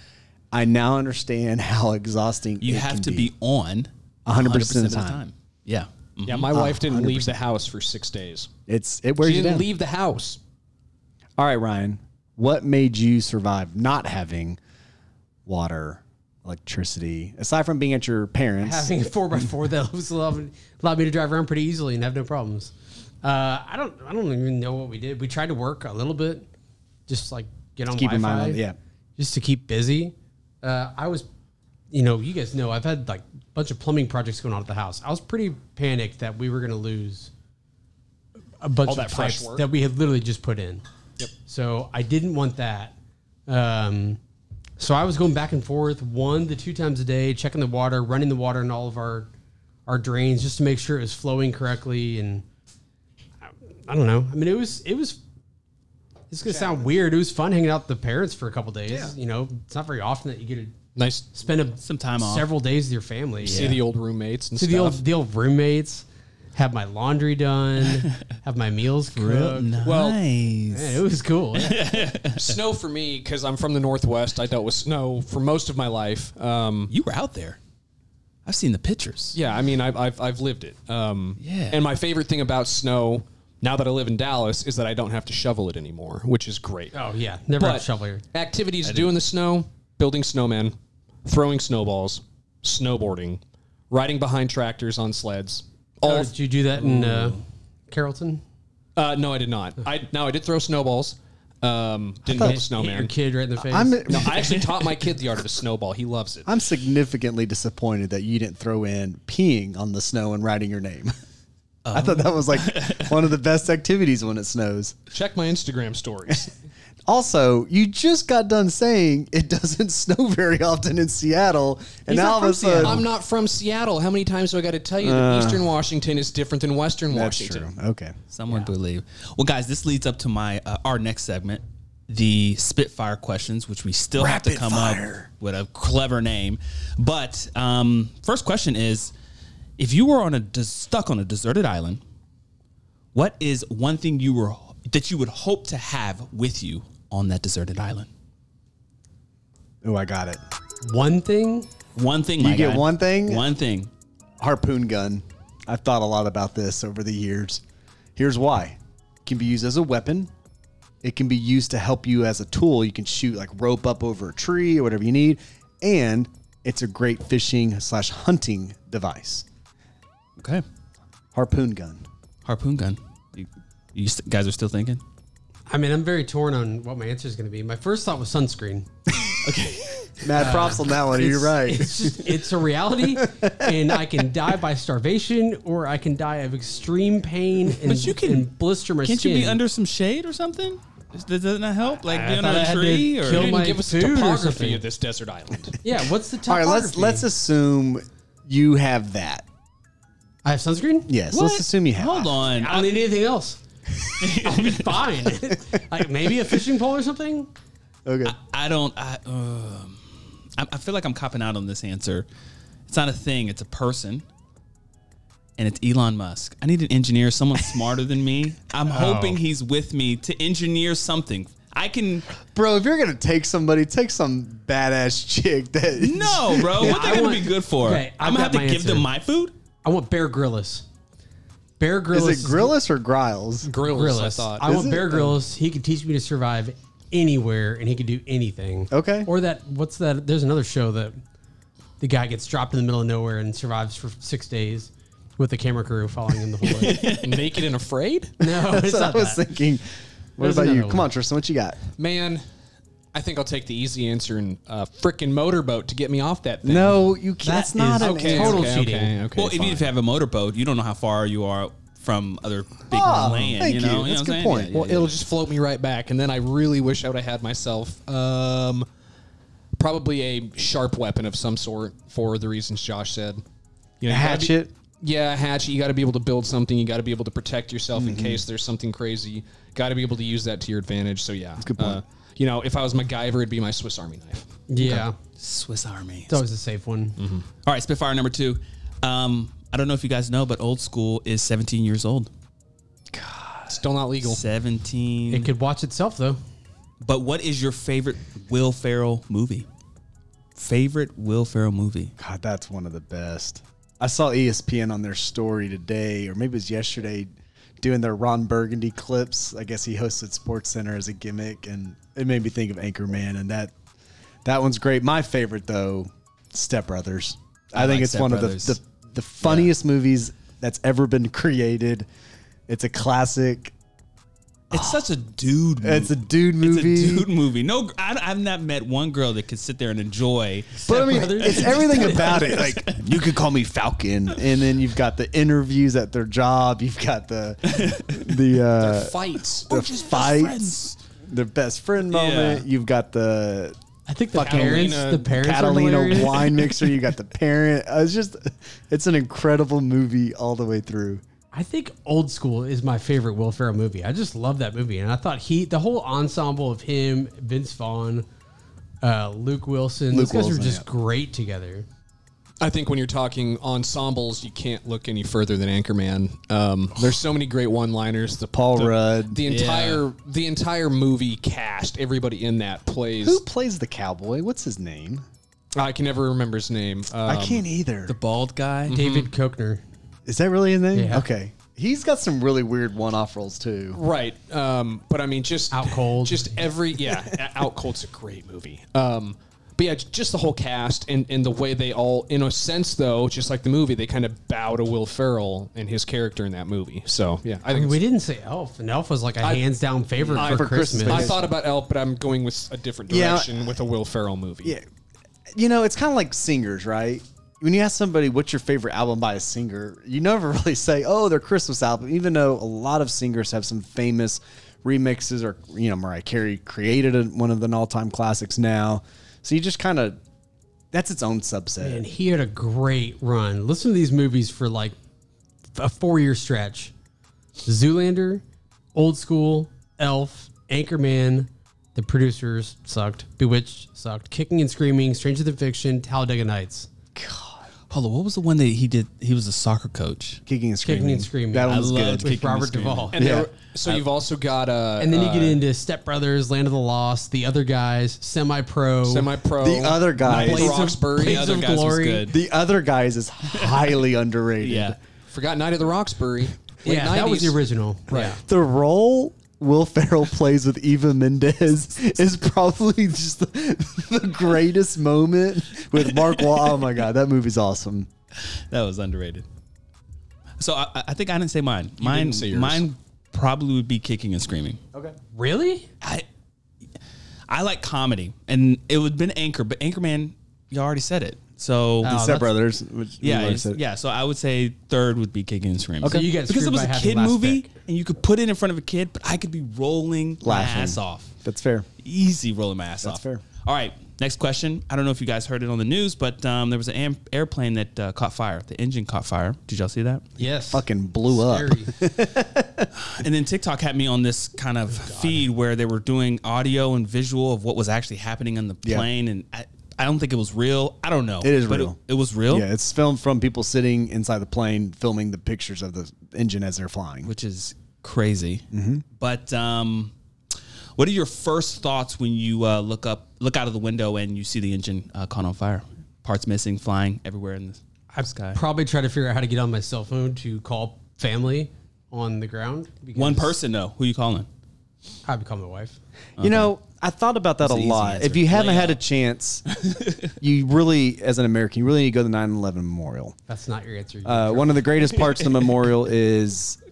[SPEAKER 4] I now understand how exhausting
[SPEAKER 2] You
[SPEAKER 4] it
[SPEAKER 2] have
[SPEAKER 4] can
[SPEAKER 2] to be, on
[SPEAKER 4] 100%
[SPEAKER 2] 100%
[SPEAKER 4] of the time.
[SPEAKER 2] Yeah. Mm.
[SPEAKER 5] Yeah, my wife didn't leave the house for six days.
[SPEAKER 4] It's it wears
[SPEAKER 5] She
[SPEAKER 4] you
[SPEAKER 5] didn't
[SPEAKER 4] down.
[SPEAKER 5] leave the house.
[SPEAKER 4] All right, Ryan, what made you survive not having water, electricity, aside from being at your parents?
[SPEAKER 3] Having a four by four that was allowed, allowed me to drive around pretty easily and have no problems. Uh, I don't. I don't even know what we did. We tried to work a little bit, just like get on
[SPEAKER 4] keep your
[SPEAKER 3] Wi-Fi,
[SPEAKER 4] mind on- yeah.
[SPEAKER 3] just to keep busy. Uh, I was, you know, you guys know I've had like a bunch of plumbing projects going on at the house. I was pretty panicked that we were going to lose a bunch
[SPEAKER 5] All
[SPEAKER 3] of
[SPEAKER 5] that fresh
[SPEAKER 3] pipes
[SPEAKER 5] work.
[SPEAKER 3] that we had literally just put in.
[SPEAKER 5] Yep.
[SPEAKER 3] So I didn't want that. Um, so I was going back and forth one to two times a day, checking the water, running the water in all of our our drains just to make sure it was flowing correctly. And I, I don't know. I mean, it was it was It's gonna sound weird. It was fun hanging out with the parents for a couple days. You know, it's not very often that you get to
[SPEAKER 5] Nice.
[SPEAKER 3] spend a,
[SPEAKER 2] Some time off.
[SPEAKER 3] several days with your family.
[SPEAKER 5] See the old roommates and
[SPEAKER 3] See
[SPEAKER 5] stuff.
[SPEAKER 3] the old the old roommates. Have my laundry done. have my meals cooked.
[SPEAKER 2] nice.
[SPEAKER 5] Well,
[SPEAKER 3] Man, it was cool. Yeah.
[SPEAKER 5] snow for me because I'm from the Northwest. I dealt with snow for most of my life. Um,
[SPEAKER 2] you were out there. I've seen the pictures.
[SPEAKER 5] yeah, I mean, I've, I've, I've lived it. Um,
[SPEAKER 2] Yeah.
[SPEAKER 5] And my favorite thing about snow, now that I live in Dallas, is that I don't have to shovel it anymore, which is great.
[SPEAKER 3] Oh yeah, never
[SPEAKER 5] but
[SPEAKER 3] have a shovel here.
[SPEAKER 5] activities to do in the snow, building snowmen, throwing snowballs, snowboarding, riding behind tractors on sleds. All
[SPEAKER 3] Oh, did you do that in uh, Carrollton?
[SPEAKER 5] uh, no, I did not. I now I did throw snowballs. Um, didn't build a
[SPEAKER 3] Hit your
[SPEAKER 5] snowman.
[SPEAKER 3] kid right in the face.
[SPEAKER 4] I'm
[SPEAKER 5] No, I actually taught my kid the art of a snowball. He loves it.
[SPEAKER 4] I'm significantly disappointed that you didn't throw in peeing on the snow and writing your name. I thought that was like
[SPEAKER 5] Um.
[SPEAKER 4] one of the best activities when it snows.
[SPEAKER 5] Check my Instagram stories.
[SPEAKER 4] Also, you just got done saying it doesn't snow very often in Seattle, and now all of a sudden,
[SPEAKER 5] I'm not from Seattle. How many times do I got to tell you
[SPEAKER 3] Uh,
[SPEAKER 5] that Eastern Washington is different than Western
[SPEAKER 4] that's
[SPEAKER 5] Washington?
[SPEAKER 4] true. Okay,
[SPEAKER 2] Someone believe. Well, guys, this leads up to my uh, our next segment, the Spitfire questions, which we still have to
[SPEAKER 4] Rapid
[SPEAKER 2] come
[SPEAKER 4] fire.
[SPEAKER 2] up with a clever name. But um, first question is: If you were on a des- stuck on a deserted island, what is one thing you were that you would hope to have with you on that deserted island?
[SPEAKER 4] Oh, I got it.
[SPEAKER 3] One thing.
[SPEAKER 2] One thing.
[SPEAKER 4] You
[SPEAKER 2] my
[SPEAKER 4] get
[SPEAKER 2] guy.
[SPEAKER 4] one thing?
[SPEAKER 2] One thing.
[SPEAKER 4] Harpoon gun. I've thought a lot about this over the years. Here's why: it can be used as a weapon. It can be used to help you as a tool. You can shoot like rope up over a tree or whatever you need, and it's a great fishing slash hunting device.
[SPEAKER 2] Okay.
[SPEAKER 4] Harpoon gun.
[SPEAKER 2] Harpoon gun. You, you st- guys are still thinking?
[SPEAKER 3] I mean, I'm very torn on what my answer is going to be. My first thought was sunscreen.
[SPEAKER 4] Mad props on that one. You're
[SPEAKER 3] It's-
[SPEAKER 4] right.
[SPEAKER 3] It's just it's a reality, and I can die by starvation, or I can die of extreme pain and,
[SPEAKER 2] But you can-
[SPEAKER 3] and blister my
[SPEAKER 2] Can't
[SPEAKER 3] skin.
[SPEAKER 2] you be under some shade or something? Does does that not help? Like
[SPEAKER 3] I
[SPEAKER 2] be
[SPEAKER 3] thought I
[SPEAKER 2] under a
[SPEAKER 3] had to
[SPEAKER 2] tree or
[SPEAKER 3] kill
[SPEAKER 5] You
[SPEAKER 3] my
[SPEAKER 5] didn't give us
[SPEAKER 3] food or
[SPEAKER 5] the topography
[SPEAKER 3] something.
[SPEAKER 5] of this desert island.
[SPEAKER 3] Yeah, what's the
[SPEAKER 4] All
[SPEAKER 3] top?
[SPEAKER 4] right, let's let's assume you have that.
[SPEAKER 3] I have sunscreen.
[SPEAKER 4] Yes,
[SPEAKER 2] What?
[SPEAKER 4] let's assume you have.
[SPEAKER 2] Hold on.
[SPEAKER 3] I don't need anything else. I'll be fine. like maybe a fishing pole or something.
[SPEAKER 4] Okay.
[SPEAKER 2] I don't. I, um, I I feel like I'm copping out on this answer. It's not a thing. It's a person, and it's Elon Musk. I need an engineer, someone smarter than me. I'm
[SPEAKER 3] Oh.
[SPEAKER 2] hoping he's with me to engineer something. I can
[SPEAKER 4] Bro, if you're gonna take somebody, take some badass chick that
[SPEAKER 2] no, bro. what
[SPEAKER 3] I
[SPEAKER 2] they gonna
[SPEAKER 3] want-
[SPEAKER 2] be good for?
[SPEAKER 3] Okay, I've
[SPEAKER 2] I'm gonna have
[SPEAKER 3] got
[SPEAKER 2] to
[SPEAKER 3] my
[SPEAKER 2] give them
[SPEAKER 3] answer.
[SPEAKER 2] my food.
[SPEAKER 3] I want Bear Grylls. Bear Grylls.
[SPEAKER 4] Is it Grillis or Griles?
[SPEAKER 5] Grills,
[SPEAKER 3] Grylls.
[SPEAKER 5] I thought.
[SPEAKER 4] Is
[SPEAKER 3] want
[SPEAKER 4] it?
[SPEAKER 3] Bear Grylls. He could teach me to survive anywhere, and he could do anything.
[SPEAKER 4] Okay.
[SPEAKER 3] Or that. What's that? There's another show that the guy gets dropped in the middle of nowhere and survives for six days with a camera crew following him the whole way.
[SPEAKER 5] Naked and afraid?
[SPEAKER 3] no, it's
[SPEAKER 4] So I
[SPEAKER 3] not
[SPEAKER 4] was
[SPEAKER 3] that.
[SPEAKER 4] thinking. What
[SPEAKER 3] There's
[SPEAKER 4] about you?
[SPEAKER 3] another
[SPEAKER 4] Come
[SPEAKER 3] one.
[SPEAKER 4] on, Tristan. What you got?
[SPEAKER 5] Man, I think I'll take the easy answer and uh, frickin' motorboat to get me off that thing.
[SPEAKER 4] No, you can't. That's not
[SPEAKER 3] is
[SPEAKER 4] an
[SPEAKER 5] Okay,
[SPEAKER 4] answer.
[SPEAKER 3] total
[SPEAKER 5] okay,
[SPEAKER 3] cheating.
[SPEAKER 5] Okay, okay,
[SPEAKER 2] well, even
[SPEAKER 5] fine.
[SPEAKER 2] if you have a motorboat, you don't know how far you are from other big
[SPEAKER 4] Ah,
[SPEAKER 2] land.
[SPEAKER 4] thank
[SPEAKER 2] you know,
[SPEAKER 4] you.
[SPEAKER 2] know what I'm
[SPEAKER 4] That's a good
[SPEAKER 2] saying?
[SPEAKER 4] point.
[SPEAKER 2] Yeah,
[SPEAKER 5] Well,
[SPEAKER 2] yeah,
[SPEAKER 5] it'll just float me right back, and then I really wish I would have had myself um, probably a sharp weapon of some sort for the reasons Josh said. You know, you gotta be-
[SPEAKER 4] Hatchet.
[SPEAKER 5] yeah, a hatchet. You got to be able to build something. You got to be able to protect yourself
[SPEAKER 4] Mm-hmm.
[SPEAKER 5] in case there's something crazy. Got to be able to use that to your advantage. So yeah,
[SPEAKER 4] good point.
[SPEAKER 5] Uh, you know, if I was MacGyver, it'd be my Swiss Army knife.
[SPEAKER 3] Yeah, it's
[SPEAKER 2] Swiss Army.
[SPEAKER 3] always a safe one.
[SPEAKER 2] All right, Spitfire number two. Um, I don't know if you guys know, but old school is 17 years old.
[SPEAKER 5] Still not legal.
[SPEAKER 2] 17.
[SPEAKER 3] It could watch itself though.
[SPEAKER 2] but what is your favorite Will Ferrell movie? Favorite Will Ferrell movie?
[SPEAKER 4] God, that's one of the best. I saw E ESPN on their story today, or maybe it was yesterday, doing their Ron Burgundy clips. I guess he hosted Sports Center as a gimmick, and it made me think of Anchorman, and that that one's great. My favorite though, Step Brothers. I, think
[SPEAKER 2] like
[SPEAKER 4] it's
[SPEAKER 2] Step
[SPEAKER 4] one
[SPEAKER 2] Brothers.
[SPEAKER 4] of the, the the funniest movies that's ever been created. It's a classic.
[SPEAKER 2] It's such a dude.
[SPEAKER 4] It's a
[SPEAKER 2] movie.
[SPEAKER 4] dude
[SPEAKER 2] It's a
[SPEAKER 4] movie.
[SPEAKER 2] dude movie. No, I, have not met one girl that could sit there and enjoy.
[SPEAKER 4] But I mean,
[SPEAKER 3] Brothers.
[SPEAKER 4] it's everything about it. Like you could call me Falcon, and then you've got the interviews at their job. You've got the the uh,
[SPEAKER 5] Fights.
[SPEAKER 4] the fights, their best friend moment. You've got the
[SPEAKER 3] I think the
[SPEAKER 4] Fucking
[SPEAKER 3] parents,
[SPEAKER 5] Catalina-
[SPEAKER 3] the parents are
[SPEAKER 4] Catalina
[SPEAKER 3] hilarious.
[SPEAKER 4] Uh, wine mixer. You got the parent. It's just, it's an incredible movie all the way through.
[SPEAKER 3] I think Old School is my favorite Will Ferrell movie. I just love that movie, and I thought he, the whole ensemble of him, Vince Vaughn, uh, Luke Wilson,
[SPEAKER 4] Luke
[SPEAKER 3] these guys
[SPEAKER 4] Wilson,
[SPEAKER 3] were just
[SPEAKER 4] yeah.
[SPEAKER 3] great together.
[SPEAKER 5] I think when you're talking ensembles, you can't look any further than Anchorman. Um, there's so many great one-liners. The
[SPEAKER 4] Paul
[SPEAKER 5] the,
[SPEAKER 4] Rudd.
[SPEAKER 5] the entire the entire movie cast, everybody in that plays.
[SPEAKER 4] Who plays the cowboy? What's his name?
[SPEAKER 5] I can never remember his name. Um,
[SPEAKER 4] I can't either.
[SPEAKER 2] The bald guy.
[SPEAKER 3] David Kochner.
[SPEAKER 4] Is that really his name?
[SPEAKER 3] Yeah.
[SPEAKER 4] Okay. He's got some really weird one-off roles too.
[SPEAKER 5] Right. Um, but I mean, just
[SPEAKER 3] Out Cold.
[SPEAKER 5] Just every yeah, Out Cold's a great movie. Um, but yeah, just the whole cast and, and the way they all, in a sense, though, just like the movie, they kind of bow to Will Ferrell and his character in that movie. So yeah, I
[SPEAKER 3] I mean,
[SPEAKER 5] think
[SPEAKER 3] we
[SPEAKER 5] it's-
[SPEAKER 3] didn't say Elf, and Elf was like a hands down favorite
[SPEAKER 5] I-
[SPEAKER 3] for,
[SPEAKER 5] for
[SPEAKER 3] Christmas.
[SPEAKER 5] I thought about Elf, but I'm going with a different
[SPEAKER 4] Yeah.
[SPEAKER 5] direction with a Will Ferrell movie.
[SPEAKER 4] Yeah. You know, it's kind of like singers, right? When you ask somebody what's your favorite album by a singer, you never really say, "Oh, their Christmas album," even though a lot of singers have some famous remixes or you know, Mariah Carey created a, one of the all-time classics now. So you just kind of that's its own subset.
[SPEAKER 3] and he had a great run. Listen to these movies for like a four year stretch Zoolander, Old School, Elf, Anchorman, The Producers sucked, Bewitched sucked, Kicking and Screaming, Stranger Than Fiction, Talladega Nights.
[SPEAKER 2] Hold on, what was the one that he did? He was a soccer coach.
[SPEAKER 4] Kicking and screaming.
[SPEAKER 3] Kicking and Screaming.
[SPEAKER 4] Mm-hmm. That
[SPEAKER 3] I
[SPEAKER 4] one's
[SPEAKER 2] loved
[SPEAKER 4] good.
[SPEAKER 2] Kicking
[SPEAKER 3] With
[SPEAKER 2] and
[SPEAKER 3] Robert
[SPEAKER 2] Screaming.
[SPEAKER 3] Duvall.
[SPEAKER 5] And
[SPEAKER 4] Yeah.
[SPEAKER 5] there- so you've also got uh,
[SPEAKER 3] And then you get into Step Brothers, Land of the Lost, The Other Guys, Semi Pro.
[SPEAKER 5] semi-pro.
[SPEAKER 4] The other guys.
[SPEAKER 5] Knights of
[SPEAKER 4] Blades
[SPEAKER 3] of-
[SPEAKER 5] Roxbury.
[SPEAKER 3] Blades
[SPEAKER 5] other
[SPEAKER 3] of
[SPEAKER 5] guys was
[SPEAKER 3] Glory.
[SPEAKER 5] good.
[SPEAKER 4] The other guys is highly underrated.
[SPEAKER 2] Yeah.
[SPEAKER 5] Forgot Night of the Roxbury. Late
[SPEAKER 3] Yeah, that was
[SPEAKER 5] 90s.
[SPEAKER 3] the original. Right.
[SPEAKER 4] The role Will Ferrell plays with Eva Mendes is probably just the, the greatest moment with Mark Wahl. Oh my god, that movie's awesome.
[SPEAKER 2] That was underrated. So I- I, I think I didn't say mine. mine,
[SPEAKER 5] didn't say yours.
[SPEAKER 2] mine probably would be kicking and screaming.
[SPEAKER 4] Okay.
[SPEAKER 3] Really?
[SPEAKER 2] I I like comedy, and it would have been Anchor, but Anchorman, you already said it. So
[SPEAKER 3] Oh, that's-
[SPEAKER 4] Step Brothers. Which we
[SPEAKER 2] yeah,
[SPEAKER 4] already
[SPEAKER 2] it's-
[SPEAKER 4] said.
[SPEAKER 2] yeah. So I would say third would be Kicking and Screaming.
[SPEAKER 3] So you got
[SPEAKER 2] because it
[SPEAKER 3] screwed
[SPEAKER 2] was
[SPEAKER 3] by
[SPEAKER 2] a
[SPEAKER 3] having
[SPEAKER 2] kid
[SPEAKER 3] last
[SPEAKER 2] movie,
[SPEAKER 3] pick.
[SPEAKER 2] and you could put it in front of a kid, but I could be rolling my
[SPEAKER 4] Laughing.
[SPEAKER 2] ass off,
[SPEAKER 4] That's fair.
[SPEAKER 2] easy rolling my ass
[SPEAKER 4] That's
[SPEAKER 2] off.
[SPEAKER 4] fair.
[SPEAKER 2] All right, next question. I don't know if you guys heard it on the news, but um, there was an am- airplane that uh, caught fire. The engine caught fire. Did y'all see that?
[SPEAKER 3] Yes.
[SPEAKER 4] Fucking blew up.
[SPEAKER 3] Scary.
[SPEAKER 2] And then TikTok had me on this kind of feed where they were doing audio and visual of what was actually happening on the
[SPEAKER 4] Yeah.
[SPEAKER 2] plane, and I, I don't think it was real. I don't know.
[SPEAKER 4] It is
[SPEAKER 2] but
[SPEAKER 4] real.
[SPEAKER 2] It, it was real,
[SPEAKER 4] Yeah, it's filmed from people sitting inside the plane filming the pictures of the engine as they're flying.
[SPEAKER 2] which is crazy.
[SPEAKER 4] Mm-hmm.
[SPEAKER 2] But um, what are your first thoughts when you uh, look up, look out of the window, and you see the engine uh, caught on fire, parts missing, flying everywhere in the sky?
[SPEAKER 3] probably try to figure out how to get on my cell phone to call family on the ground. because
[SPEAKER 2] One person though. Who you calling?
[SPEAKER 3] I'd call my wife.
[SPEAKER 4] You know, I thought about that a
[SPEAKER 2] an easy
[SPEAKER 4] lot.
[SPEAKER 2] answer.
[SPEAKER 4] If you haven't
[SPEAKER 2] Lay
[SPEAKER 4] had a
[SPEAKER 2] up.
[SPEAKER 4] chance, you really, as an American, you really need to go to the 9 11 memorial.
[SPEAKER 3] That's not your answer.
[SPEAKER 4] Uh, one of the greatest parts of the memorial is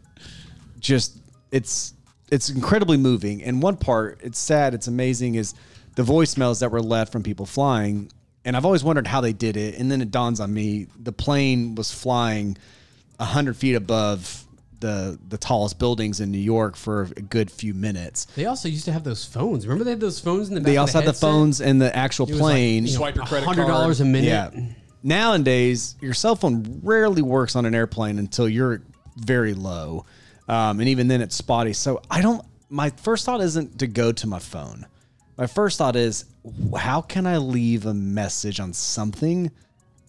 [SPEAKER 4] just it's it's incredibly moving. And one part, it's sad, it's amazing, is the voicemails that were left from people flying. And I've always wondered how they did it. And then it dawns on me: the plane was flying hundred feet above the the tallest buildings in New York for a good few minutes.
[SPEAKER 3] they also used to have those phones. Remember they had those phones in the back.
[SPEAKER 4] They
[SPEAKER 3] of
[SPEAKER 4] also had the
[SPEAKER 3] headset?
[SPEAKER 4] phones and the actual
[SPEAKER 3] It was like,
[SPEAKER 4] plane.
[SPEAKER 3] you know,
[SPEAKER 5] Swipe your credit
[SPEAKER 3] $100 a minute.
[SPEAKER 4] Yeah. Nowadays, your cell phone rarely works on an airplane until you're very low. Um, and even then, it's spotty. So I don't, my first thought isn't to go to my phone. My first thought is, wh- how can I leave a message on something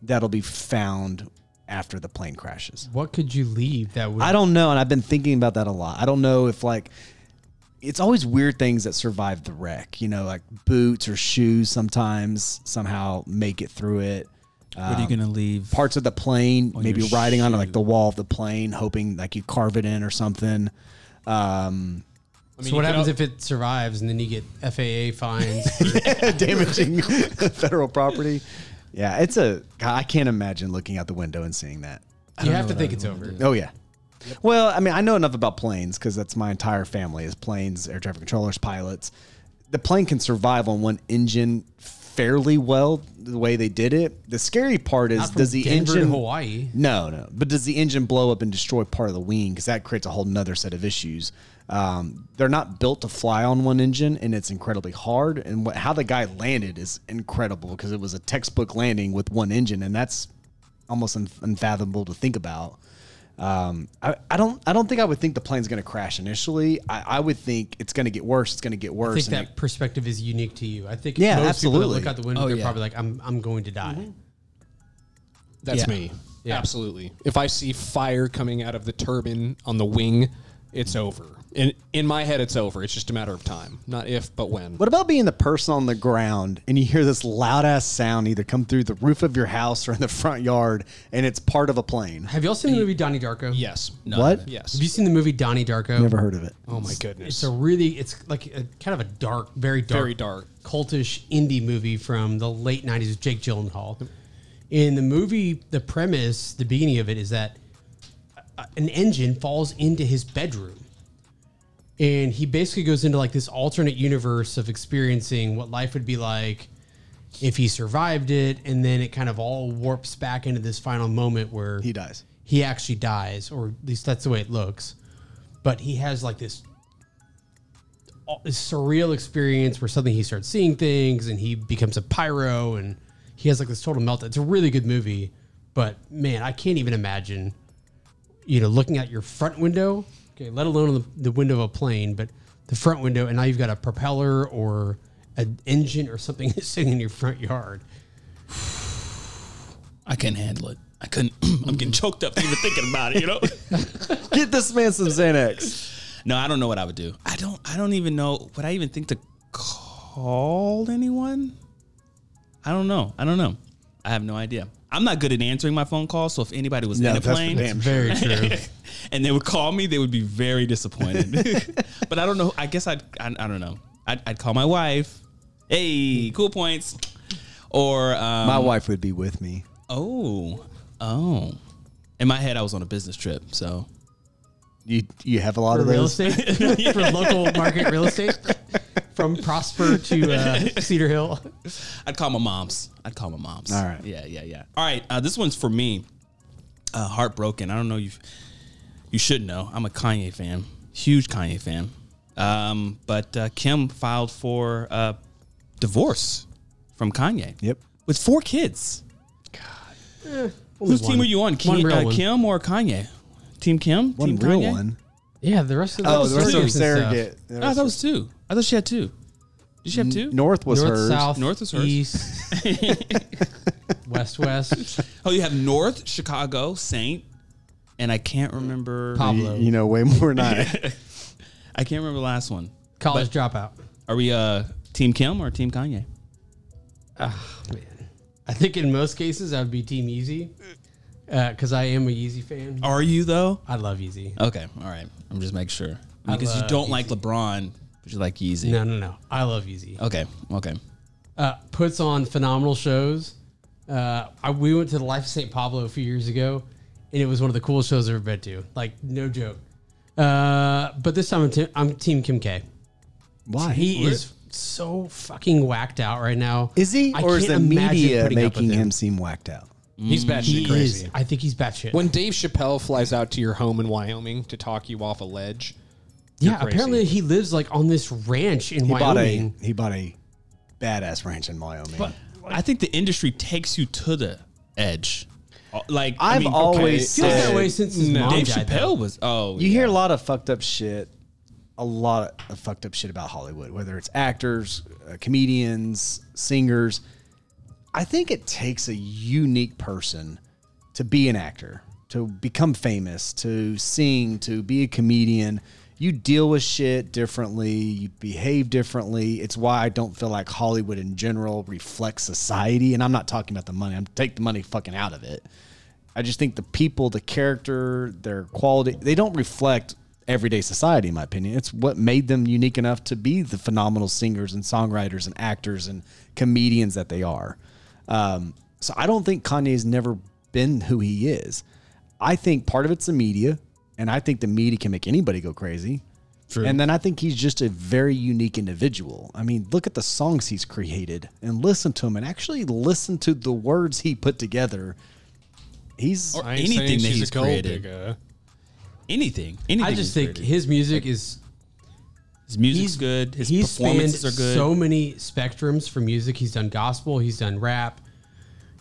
[SPEAKER 4] that'll be found after the plane crashes?
[SPEAKER 3] What could you leave that would
[SPEAKER 4] I don't know, and I've been thinking about that a lot. I don't know if like it's always weird things that survive the wreck, you know, like boots or shoes sometimes somehow make it through it.
[SPEAKER 2] what are you gonna leave?
[SPEAKER 4] Parts of the plane, maybe
[SPEAKER 2] your
[SPEAKER 4] riding on like the wall of the plane, hoping like you carve it in or something. Um,
[SPEAKER 5] I mean,
[SPEAKER 3] so what
[SPEAKER 5] you
[SPEAKER 3] happens if
[SPEAKER 5] could-
[SPEAKER 3] it survives and then you get FAA fines?
[SPEAKER 4] damaging federal property. Yeah, it's a. God, I can't imagine looking out the window and seeing that.
[SPEAKER 3] you have to think it's over.
[SPEAKER 4] Oh yeah. Well, I mean, I know enough about planes because that's my entire family is planes, air traffic controllers, pilots. The plane can survive on one engine fairly well the way they did it. The scary part is
[SPEAKER 3] Not from
[SPEAKER 4] does the
[SPEAKER 3] Denver to
[SPEAKER 4] engine
[SPEAKER 3] Hawaii?
[SPEAKER 4] No, no. But does the engine blow up and destroy part of the wing? Because that creates a whole nother set of issues. Um, they're not built to fly on one engine, and it's incredibly hard. And what, how the guy landed is incredible because it was a textbook landing with one engine, and that's almost un- unfathomable to think about. Um, I, I don't I don't think I would think the plane's going to crash initially. I, I would think it's going to get worse. It's going to get
[SPEAKER 3] I
[SPEAKER 4] worse.
[SPEAKER 3] think
[SPEAKER 4] and
[SPEAKER 3] that perspective is unique to you. I think most
[SPEAKER 4] Yeah,
[SPEAKER 3] people
[SPEAKER 4] absolutely. Mm-hmm.
[SPEAKER 3] that look out the window,
[SPEAKER 2] Oh,
[SPEAKER 3] they're
[SPEAKER 2] yeah.
[SPEAKER 3] probably like, "I'm, I'm going to die."
[SPEAKER 5] That's
[SPEAKER 2] Yeah.
[SPEAKER 5] me.
[SPEAKER 3] Yeah.
[SPEAKER 5] Absolutely. If I see fire coming out of the turbine on the wing, it's over. In in my head, it's over. It's just a matter of time. Not if, but when.
[SPEAKER 4] What about being the person on the ground and you hear this loud ass sound either come through the roof of your house or in the front yard and it's part of a plane?
[SPEAKER 3] Have y'all seen the movie Donnie Darko?
[SPEAKER 5] Yes. No.
[SPEAKER 4] what?
[SPEAKER 5] Yes.
[SPEAKER 3] Have you seen the movie Donnie Darko?
[SPEAKER 4] Never heard of it.
[SPEAKER 5] Oh my
[SPEAKER 3] It's
[SPEAKER 5] goodness.
[SPEAKER 3] a really, it's like a, kind of a dark, very dark,
[SPEAKER 5] Very dark.
[SPEAKER 3] cultish indie movie from the late '90s with Jake Gyllenhaal. In the movie, the premise, the beginning of it is that uh, an engine falls into his bedroom, and he basically goes into like this alternate universe of experiencing what life would be like if he survived it, and then it kind of all warps back into this final moment where
[SPEAKER 4] He dies.
[SPEAKER 3] he actually dies, or at least that's the way it looks. But he has like this, all- this surreal experience where suddenly he starts seeing things and he becomes a pyro and he has like this total meltdown. It's a really good movie, but man, I can't even imagine, you know, looking out your front window, okay, let alone the, the window of a plane, but the front window, and now you've got a propeller or an engine or something sitting in your front yard.
[SPEAKER 2] I couldn't handle it. I couldn't. I'm getting choked up even thinking about it. You know.
[SPEAKER 4] Get this man some Xanax.
[SPEAKER 2] No, I don't know what I would do. I don't. I don't even know. Would I even think to call anyone? I don't know. I don't know. I have no idea. I'm not good at answering my phone calls. So if anybody was in a plane,
[SPEAKER 3] Very true.
[SPEAKER 2] and they would call me, they would be very disappointed. but I don't know. I guess I'd, I, I don't know. I'd, I'd call my wife. Hey, cool points. Or, um,
[SPEAKER 4] My wife would be with me.
[SPEAKER 2] oh, oh. In my head, I was on a business trip. So,
[SPEAKER 4] You you have a lot
[SPEAKER 3] for
[SPEAKER 4] of
[SPEAKER 3] real
[SPEAKER 4] those.
[SPEAKER 3] estate for local market real estate from Prosper to uh, Cedar Hill.
[SPEAKER 2] I'd call my moms. I'd call my moms.
[SPEAKER 4] All right.
[SPEAKER 2] Yeah, yeah, yeah. All right. Uh, this one's for me. Uh, heartbroken. I don't know you. You should know. I'm a Kanye fan. Huge Kanye fan. Um, but uh, Kim filed for uh, divorce from Kanye.
[SPEAKER 4] Yep.
[SPEAKER 2] With four kids. God. Whose
[SPEAKER 3] Eh, Only
[SPEAKER 2] team
[SPEAKER 3] one.
[SPEAKER 2] are you on? Kim,
[SPEAKER 3] One real
[SPEAKER 2] uh,
[SPEAKER 3] one.
[SPEAKER 2] Kim or Kanye? Team Kim.
[SPEAKER 4] One
[SPEAKER 2] team
[SPEAKER 4] real
[SPEAKER 2] Kanye?
[SPEAKER 4] one.
[SPEAKER 3] Yeah, the rest of
[SPEAKER 4] Oh,
[SPEAKER 3] those
[SPEAKER 4] the rest of
[SPEAKER 3] surrogates
[SPEAKER 4] them
[SPEAKER 3] and stuff. Ah,
[SPEAKER 4] surrogate. The
[SPEAKER 2] Oh,
[SPEAKER 4] rest
[SPEAKER 2] that was two. I thought she had two. Did she have two?
[SPEAKER 4] of- North was
[SPEAKER 3] North,
[SPEAKER 4] hers.
[SPEAKER 3] south,
[SPEAKER 2] North is hers.
[SPEAKER 3] east, west, west.
[SPEAKER 2] Oh, you have North Chicago Saint, and I can't remember.
[SPEAKER 3] Pop-
[SPEAKER 4] You, you know way more than I.
[SPEAKER 2] I can't remember the last one.
[SPEAKER 3] College dropout.
[SPEAKER 2] Are we uh Team Kim or Team Kanye?
[SPEAKER 3] I think in most cases I'd be Team Yeezy because I am a Yeezy fan.
[SPEAKER 2] Are you though?
[SPEAKER 3] I love Yeezy.
[SPEAKER 2] Okay, all right. I'm just making sure
[SPEAKER 3] I
[SPEAKER 2] because you
[SPEAKER 3] love
[SPEAKER 2] don't like LeBron, but you like Yeezy.
[SPEAKER 3] No, no, no. I love Yeezy.
[SPEAKER 2] Okay, okay.
[SPEAKER 3] uh, puts on phenomenal shows. Uh, I, we went to the Life of St. Pablo a few years ago, and it was one of the coolest shows I've ever been to. Like, no joke. Uh, but this time I'm, te- I'm Team Kim K.
[SPEAKER 4] Why?
[SPEAKER 3] He is so fucking whacked out right now.
[SPEAKER 4] Is he?
[SPEAKER 3] I
[SPEAKER 4] or is
[SPEAKER 3] can't
[SPEAKER 4] the
[SPEAKER 3] imagine
[SPEAKER 4] media
[SPEAKER 3] putting up with
[SPEAKER 4] making him seem whacked out?
[SPEAKER 5] He's batshit
[SPEAKER 3] He
[SPEAKER 5] crazy.
[SPEAKER 3] is. I think he's batshit.
[SPEAKER 5] When Dave Chappelle flies out to your home in Wyoming to talk you off a ledge,
[SPEAKER 3] yeah,
[SPEAKER 5] crazy.
[SPEAKER 3] apparently he lives like on this ranch in
[SPEAKER 4] He bought a
[SPEAKER 3] Wyoming.
[SPEAKER 4] he bought a badass ranch in Wyoming.
[SPEAKER 2] I think the industry takes you to the edge. Uh, Like I
[SPEAKER 4] I've
[SPEAKER 2] mean,
[SPEAKER 4] always
[SPEAKER 5] okay.
[SPEAKER 3] Feels
[SPEAKER 4] said
[SPEAKER 3] that way since his mom
[SPEAKER 2] Dave
[SPEAKER 3] died,
[SPEAKER 2] Chappelle
[SPEAKER 3] though.
[SPEAKER 2] was. Oh,
[SPEAKER 4] You
[SPEAKER 2] yeah.
[SPEAKER 4] hear a lot of fucked up shit, a lot of fucked up shit about Hollywood, whether it's actors, uh, comedians, singers. I think it takes a unique person to be an actor, to become famous, to sing, to be a comedian. You deal with shit differently, you behave differently. It's why I don't feel like Hollywood in general reflects society. And I'm not talking about the money, I'm take the money fucking out of it. I just think the people, the character, their quality, they don't reflect everyday society, in my opinion. It's what made them unique enough to be the phenomenal singers and songwriters and actors and comedians that they are. Um, so I don't think Kanye's never been who he is. I think part of it's the media, and I think the media can make anybody go crazy. True. And then I think he's just a very unique individual. I mean, look at the songs he's created and listen to him and actually listen to the words he put together. He's
[SPEAKER 2] Or
[SPEAKER 5] I ain't
[SPEAKER 2] anything
[SPEAKER 5] saying
[SPEAKER 2] that
[SPEAKER 5] she's
[SPEAKER 2] he's
[SPEAKER 5] a gold
[SPEAKER 2] created.
[SPEAKER 5] digger.
[SPEAKER 2] anything. Anything.
[SPEAKER 3] I
[SPEAKER 2] he's
[SPEAKER 3] just think
[SPEAKER 2] created.
[SPEAKER 3] his music is
[SPEAKER 2] his music's good. His
[SPEAKER 3] he's
[SPEAKER 2] performances
[SPEAKER 3] spanned
[SPEAKER 2] are good.
[SPEAKER 3] So many spectrums for music. He's done gospel. He's done rap.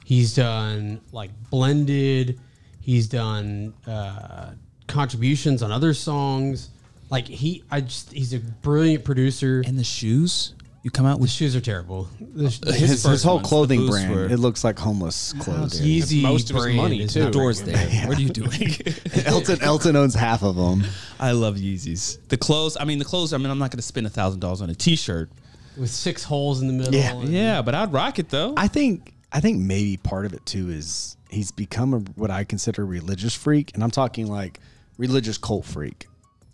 [SPEAKER 3] He's done like blended. He's done uh, contributions on other songs. Like he, I just he's a brilliant producer.
[SPEAKER 2] And the shoes you come out
[SPEAKER 3] the
[SPEAKER 2] with.
[SPEAKER 3] shoes are terrible. The, sh-
[SPEAKER 2] his
[SPEAKER 4] His, his
[SPEAKER 2] first
[SPEAKER 4] whole
[SPEAKER 2] ones, the
[SPEAKER 4] clothing
[SPEAKER 2] boots
[SPEAKER 4] brand.
[SPEAKER 2] were-
[SPEAKER 4] It looks like homeless clothes. dude.
[SPEAKER 3] Yeezy
[SPEAKER 5] Most of his
[SPEAKER 3] brand
[SPEAKER 5] money,
[SPEAKER 3] is
[SPEAKER 5] too.
[SPEAKER 3] not-
[SPEAKER 2] Doors there. What are you doing?
[SPEAKER 4] Elton Elton owns half of them.
[SPEAKER 2] I love Yeezys. The clothes. I mean, the clothes. I mean, I'm not going to spend a thousand dollars on a T-shirt.
[SPEAKER 3] with six holes in the middle.
[SPEAKER 4] Yeah.
[SPEAKER 3] and-
[SPEAKER 2] Yeah, but I'd rock it though.
[SPEAKER 4] I think I think maybe part of it too is he's become a, what I consider a religious freak, and I'm talking like religious cult freak.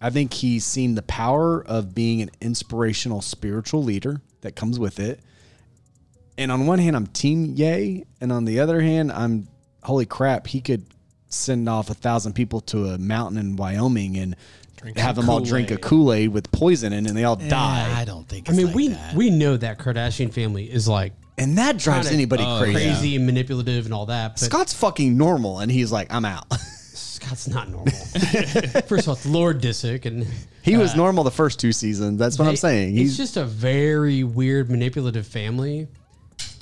[SPEAKER 4] I think he's seen the power of being an inspirational spiritual leader that comes with it. And on one hand, I'm team yay, and on the other hand, I'm holy crap. He could send off a thousand people to a mountain in Wyoming and have them all drink a Kool Aid with poison in, it and they all die.
[SPEAKER 2] I don't think.
[SPEAKER 3] I
[SPEAKER 2] it's
[SPEAKER 3] mean,
[SPEAKER 2] like
[SPEAKER 3] we
[SPEAKER 2] that.
[SPEAKER 3] we know that Kardashian family is like
[SPEAKER 4] And that drives anybody
[SPEAKER 2] Oh,
[SPEAKER 4] crazy.
[SPEAKER 3] crazy and manipulative and all that. But
[SPEAKER 4] Scott's fucking normal, and he's like, I'm out.
[SPEAKER 3] Scott's not normal. First of all, it's Lord Disick, and
[SPEAKER 4] He was normal the first two seasons. That's what I'm saying.
[SPEAKER 3] he's
[SPEAKER 4] He's
[SPEAKER 3] just a very weird, manipulative family.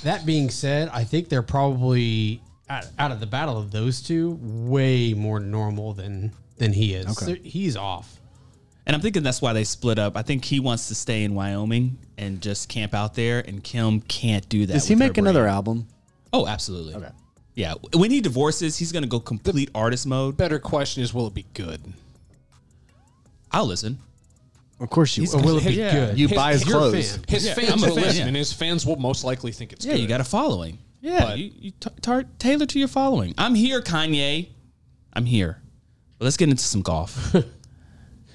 [SPEAKER 3] That being said, I think they're probably out, out of the battle of those two way more normal than than he is.
[SPEAKER 4] Okay.
[SPEAKER 3] So he's off.
[SPEAKER 2] And I'm thinking that's why they split up. I think he wants to stay in Wyoming and just camp out there, and Kim can't do that.
[SPEAKER 4] does he
[SPEAKER 2] with her
[SPEAKER 4] make another
[SPEAKER 2] brain.
[SPEAKER 4] album?
[SPEAKER 2] Oh, absolutely. Okay. Yeah, when he divorces, he's gonna go complete artist mode.
[SPEAKER 5] Better question is, will it be good?
[SPEAKER 2] I'll listen.
[SPEAKER 4] Of course you
[SPEAKER 2] He's
[SPEAKER 4] will.
[SPEAKER 2] gonna-
[SPEAKER 3] Will it be
[SPEAKER 2] Yeah.
[SPEAKER 3] good?
[SPEAKER 4] You
[SPEAKER 5] His-
[SPEAKER 4] buy his
[SPEAKER 5] you're a
[SPEAKER 4] clothes.
[SPEAKER 5] fan. His
[SPEAKER 2] Yeah,
[SPEAKER 5] fans
[SPEAKER 2] I'm a
[SPEAKER 5] will
[SPEAKER 2] fan,
[SPEAKER 5] listen,
[SPEAKER 2] yeah.
[SPEAKER 5] and his fans will most likely think it's
[SPEAKER 2] Yeah,
[SPEAKER 5] good.
[SPEAKER 2] you got a following. Yeah,
[SPEAKER 5] But-
[SPEAKER 2] you, you t- tar- tailor to your following. I'm here, Kanye. I'm here. But let's get into some golf. Let's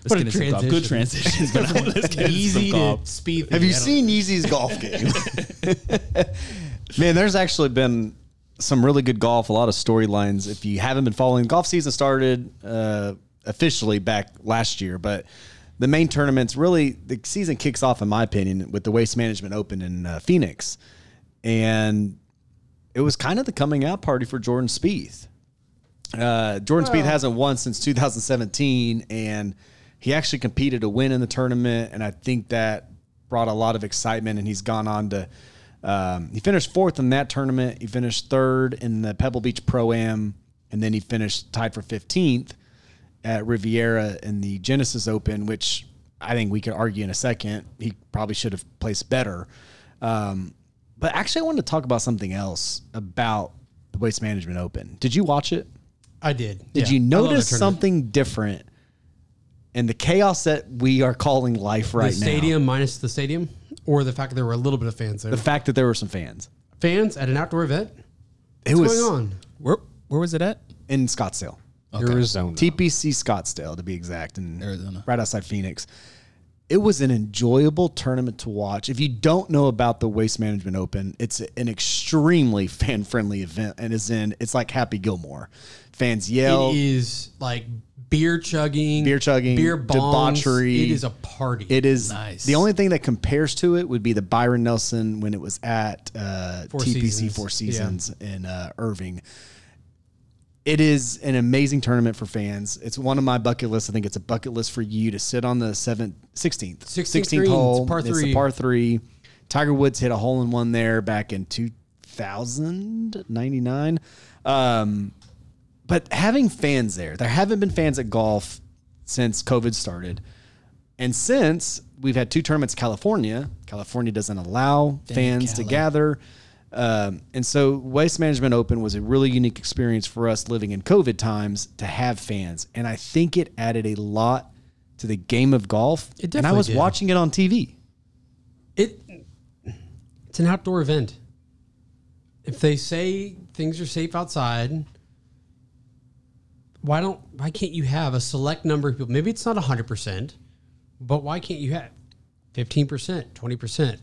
[SPEAKER 3] a
[SPEAKER 2] get into some golf. Good transitions, but let's get into some
[SPEAKER 3] Easy to
[SPEAKER 2] golf.
[SPEAKER 3] speed. through.
[SPEAKER 4] Have you
[SPEAKER 3] I don't-
[SPEAKER 4] seen Yeezy's golf game? Man, there's actually been some really good golf, a lot of storylines. If you haven't been following, golf season started uh, officially back last year, but the main tournaments really, the season kicks off, in my opinion, with the Waste Management Open in uh, Phoenix. And it was kind of the coming out party for Jordan Spieth. Uh, Jordan Spieth hasn't won since 2017, and he actually competed to win in the tournament, and I think that brought a lot of excitement. And he's gone on to um, he finished fourth in that tournament. He finished third in the Pebble Beach Pro Am, and then he finished tied for 15th at Riviera in the Genesis Open, which I think we could argue in a second. He probably should have placed better. Um, but actually, I wanted to talk about something else about the Waste Management Open. Did you watch it?
[SPEAKER 3] I did.
[SPEAKER 4] Did
[SPEAKER 3] Yeah.
[SPEAKER 4] you
[SPEAKER 3] I love that
[SPEAKER 4] notice
[SPEAKER 3] tournament.
[SPEAKER 4] something different in the chaos that we are calling life right
[SPEAKER 3] the
[SPEAKER 4] now?
[SPEAKER 3] stadium minus the stadium, or the fact that there were a little bit of fans there.
[SPEAKER 4] The fact that there were some fans.
[SPEAKER 3] fans at an outdoor event.
[SPEAKER 4] It
[SPEAKER 3] What's
[SPEAKER 4] was
[SPEAKER 3] going on?
[SPEAKER 2] Where, where was it at?
[SPEAKER 4] in Scottsdale,
[SPEAKER 5] Oh, Arizona.
[SPEAKER 4] TPC Scottsdale to be exact, in
[SPEAKER 2] Arizona.
[SPEAKER 4] right outside Phoenix. It was an enjoyable tournament to watch. If you don't know about the Waste Management Open, it's an extremely fan friendly event, and is in it's like Happy Gilmore. Fans yell,
[SPEAKER 3] It is like beer chugging,
[SPEAKER 4] Beer chugging,
[SPEAKER 3] beer bongs.
[SPEAKER 4] debauchery.
[SPEAKER 3] It is a party.
[SPEAKER 4] It is
[SPEAKER 2] Nice.
[SPEAKER 4] the only thing that compares to it would be the Byron Nelson when it was at uh,
[SPEAKER 3] Four
[SPEAKER 4] TPC
[SPEAKER 3] Seasons.
[SPEAKER 4] Four Seasons in uh, Irving. It is an amazing tournament for fans. It's one of my bucket lists. I think it's a bucket list for you to sit on the seventh, 16th,
[SPEAKER 3] 16th
[SPEAKER 4] 16th
[SPEAKER 3] green. It's a
[SPEAKER 4] hole.
[SPEAKER 3] par
[SPEAKER 4] It's a
[SPEAKER 3] three.
[SPEAKER 4] par three. Tiger Woods hit a hole in one there back in 2099. Um, but having fans there, there haven't been fans at golf since COVID started. And since we've had two tournaments, in California, California doesn't allow fans to
[SPEAKER 2] Cali.
[SPEAKER 4] gather. Um, and so Waste Management Open was a really unique experience for us living in COVID times to have fans. And I think it added a lot to the game of golf.
[SPEAKER 3] It
[SPEAKER 4] and I was
[SPEAKER 3] definitely did.
[SPEAKER 4] watching it on TV.
[SPEAKER 3] It it's an outdoor event. If they say things are safe outside, why don't why can't you have a select number of people? Maybe it's not hundred percent, but why can't you have fifteen percent, twenty percent,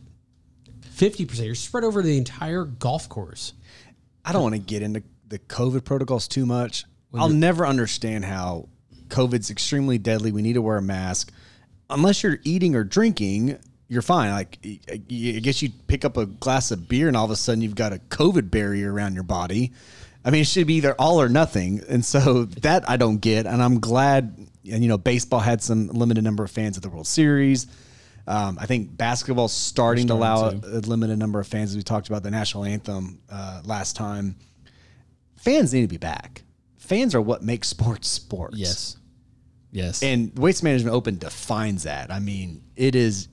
[SPEAKER 3] fifty percent? You're spread over the entire golf course.
[SPEAKER 4] I don't want to get into the COVID protocols too much. I'll never understand how COVID's extremely deadly. We need to wear a mask. Unless you're eating or drinking, you're fine. Like, y- y- I guess you pick up a glass of beer and all of a sudden you've got a COVID barrier around your body. I mean, it should be either all or nothing. And so that I don't get. And I'm glad, and you know, baseball had some limited number of fans at the World Series. Um, I think basketball's starting,
[SPEAKER 2] Starting
[SPEAKER 4] to allow a, a limited number of fans. We talked about the national anthem uh, last time fans need to be back. fans are what makes sports sports.
[SPEAKER 2] Yes. Yes.
[SPEAKER 4] And Waste Management Open defines that. I mean, it is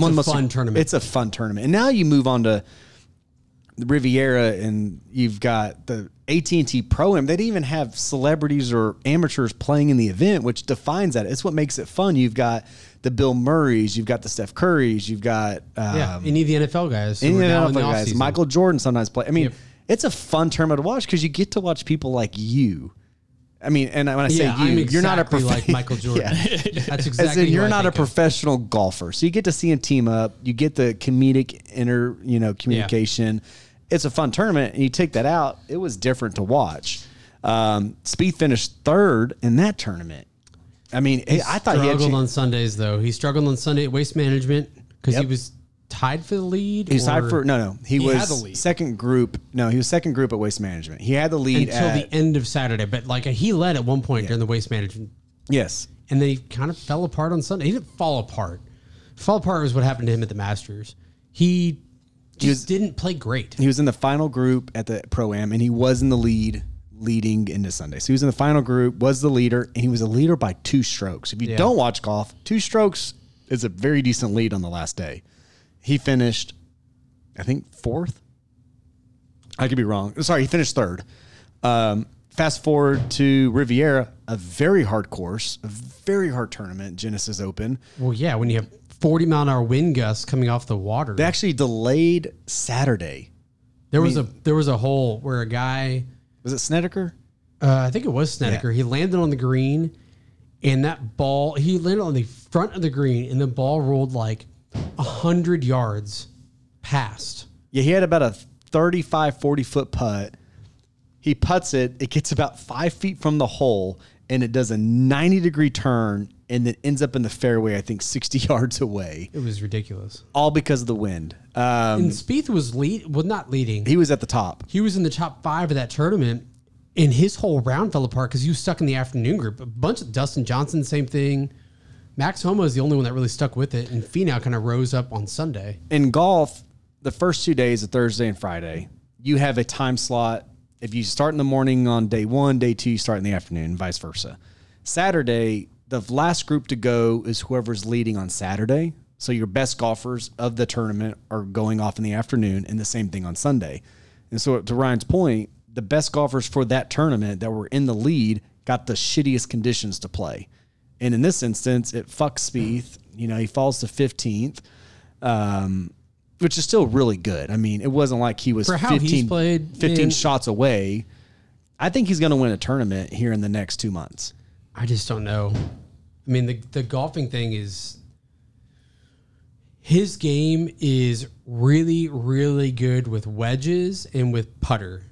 [SPEAKER 3] a fun tournament.
[SPEAKER 4] It's a fun tournament. And now you move on to the Riviera, and you've got the AT and T Pro Am. They didn't even have celebrities or amateurs playing in the event, which defines that. It's what makes it fun. You've got the Bill Murrays, you've got the Steph Currys, you've got um,
[SPEAKER 3] yeah, any of the NFL guys. who
[SPEAKER 4] any
[SPEAKER 3] are
[SPEAKER 4] of the
[SPEAKER 3] now in
[SPEAKER 4] NFL
[SPEAKER 3] the
[SPEAKER 4] guys.
[SPEAKER 3] offseason.
[SPEAKER 4] Michael Jordan sometimes play. I mean,
[SPEAKER 3] Yep.
[SPEAKER 4] it's a fun tournament to watch because you get to watch people like you. I mean, and when I say
[SPEAKER 3] Yeah,
[SPEAKER 4] you,
[SPEAKER 3] I'm
[SPEAKER 4] you're not a
[SPEAKER 3] exactly
[SPEAKER 4] prof-
[SPEAKER 3] like Michael Jordan. That's exactly.
[SPEAKER 4] As in,
[SPEAKER 3] who
[SPEAKER 4] you're
[SPEAKER 3] I
[SPEAKER 4] not a
[SPEAKER 3] think of.
[SPEAKER 4] professional golfer, so you get to see him team up. You get the comedic inner, you know, communication. It's a fun tournament, and you take that out. It was different to watch. Um, Speed finished third in that tournament. I mean, it, I thought he had.
[SPEAKER 3] struggled
[SPEAKER 4] a
[SPEAKER 3] on
[SPEAKER 4] chance-
[SPEAKER 3] Sundays though. He struggled on Sunday at Waste Management because
[SPEAKER 4] Yep.
[SPEAKER 3] he was tied for the lead.
[SPEAKER 4] He's tied
[SPEAKER 3] or-
[SPEAKER 4] for no, no. He,
[SPEAKER 5] had
[SPEAKER 4] was
[SPEAKER 5] the lead.
[SPEAKER 4] second group. No, he was second group at Waste Management. He had the lead
[SPEAKER 3] until
[SPEAKER 4] at,
[SPEAKER 3] the end of Saturday, but like he led at one point during the Waste Management,
[SPEAKER 4] Yes,
[SPEAKER 3] and then he kind of fell apart on Sunday. He didn't fall apart. Fall apart was what happened to him at the Masters. He just
[SPEAKER 4] was-
[SPEAKER 3] didn't play great.
[SPEAKER 4] he was in the final group at the pro am, and he was in the lead leading into Sunday. So he was in the final group, was the leader, and he was a leader by two strokes. If you don't watch golf, two strokes is a very decent lead on the last day. He finished, I think fourth. I could be wrong. Sorry, he finished third. Um, fast forward to Riviera, a very hard course, a very hard tournament, Genesis Open.
[SPEAKER 3] Well, yeah, when you have 40 mile an hour wind gusts coming off the water,
[SPEAKER 4] They actually delayed Saturday.
[SPEAKER 3] there was a there was a hole where a guy
[SPEAKER 4] Was it Snedeker?
[SPEAKER 3] Uh, I think it was Snedeker. He landed on the green, and that ball he landed on the front of the green, and the ball rolled like hundred yards past.
[SPEAKER 4] Yeah, he had about a 35, 40 foot putt. He puts it, it gets about five feet from the hole, and it does a 90 degree turn and then ends up in the fairway, I think 60 yards away,
[SPEAKER 3] It was ridiculous.
[SPEAKER 4] all because of the wind. Um,
[SPEAKER 3] And Spieth was lead, well not leading.
[SPEAKER 4] he was at the top.
[SPEAKER 3] He was in the top five of that tournament, and his whole round fell apart because he was stuck in the afternoon group. A bunch of Dustin Johnson, same thing. Max Homa is the only one that really stuck with it, and Finau kind of rose up on Sunday.
[SPEAKER 4] in golf, the first two days, a Thursday and Friday, you have a time slot. If you start in the morning on day one, day two, you start in the afternoon, and vice versa. Saturday, the last group to go is whoever's leading on Saturday. So your best golfers of the tournament are going off in the afternoon, and the same thing on Sunday. And so, to Ryan's point, the best golfers for that tournament that were in the lead got the shittiest conditions to play. And in this instance, it fucks Spieth. You know, he falls to 15th um, which is still really good. I mean, it wasn't like he was
[SPEAKER 3] For how
[SPEAKER 4] 15,
[SPEAKER 3] he's played,
[SPEAKER 4] 15
[SPEAKER 3] man.
[SPEAKER 4] shots away. I think he's going to win a tournament here in the next two months.
[SPEAKER 3] I just don't know. I mean, the the golfing thing is his game is really really good with wedges and with putter.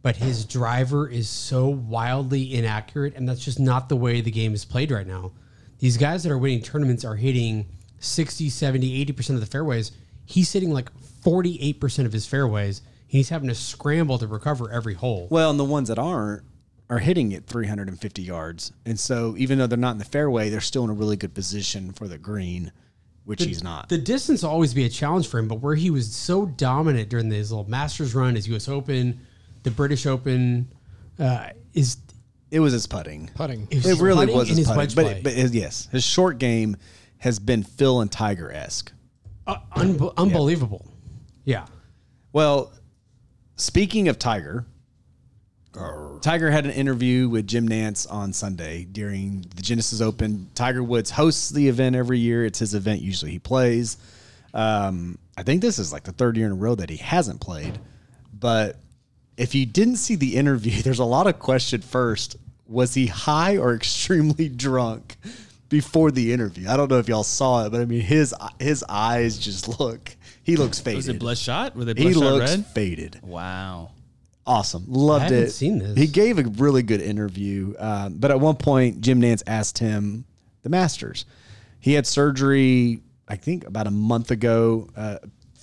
[SPEAKER 3] But his driver is so wildly inaccurate and that's just not the way the game is played right now. These guys that are winning tournaments are hitting 60, 70, 80% of the fairways. He's hitting like 48% of his fairways. He's having to scramble to recover every hole.
[SPEAKER 4] Well, and the ones that aren't are hitting it 350 yards. And so even though they're not in the fairway, they're still in a really good position for the green, which he's not.
[SPEAKER 3] The distance will always be a challenge for him, but where he was so dominant during his little Masters run, his U.S. Open, the British Open, uh, is
[SPEAKER 4] it was his putting.
[SPEAKER 5] Putting.
[SPEAKER 3] is
[SPEAKER 4] It really
[SPEAKER 3] putting
[SPEAKER 4] was
[SPEAKER 3] and
[SPEAKER 4] his, putting.
[SPEAKER 3] wedge
[SPEAKER 4] but,
[SPEAKER 3] play.
[SPEAKER 4] it- but it- yes, his short game has been Phil and Tiger esque.
[SPEAKER 3] Uh, unbe- unbelievable. Yeah.
[SPEAKER 4] Well, speaking of Tiger, Tiger had an interview with Jim Nance on Sunday during the Genesis Open. Tiger Woods hosts the event every year. It's his event. Usually he plays. Um, I think this is like the third year in a row that he hasn't played. But if you didn't see the interview, there's a lot of question first. Was he high or extremely drunk before the interview? I don't know if y'all saw it, but I mean his his eyes just look. He looks faded.
[SPEAKER 2] was it bloodshot? Were they
[SPEAKER 4] He
[SPEAKER 2] bloodshot
[SPEAKER 4] looks
[SPEAKER 2] red?
[SPEAKER 4] faded.
[SPEAKER 2] Wow.
[SPEAKER 4] Awesome.
[SPEAKER 3] I
[SPEAKER 4] Loved
[SPEAKER 3] haven't
[SPEAKER 4] it.
[SPEAKER 3] seen this.
[SPEAKER 4] He gave a really good interview. Um, but at one point, Jim Nance asked him the Masters. He had surgery, I think, about a month ago, uh,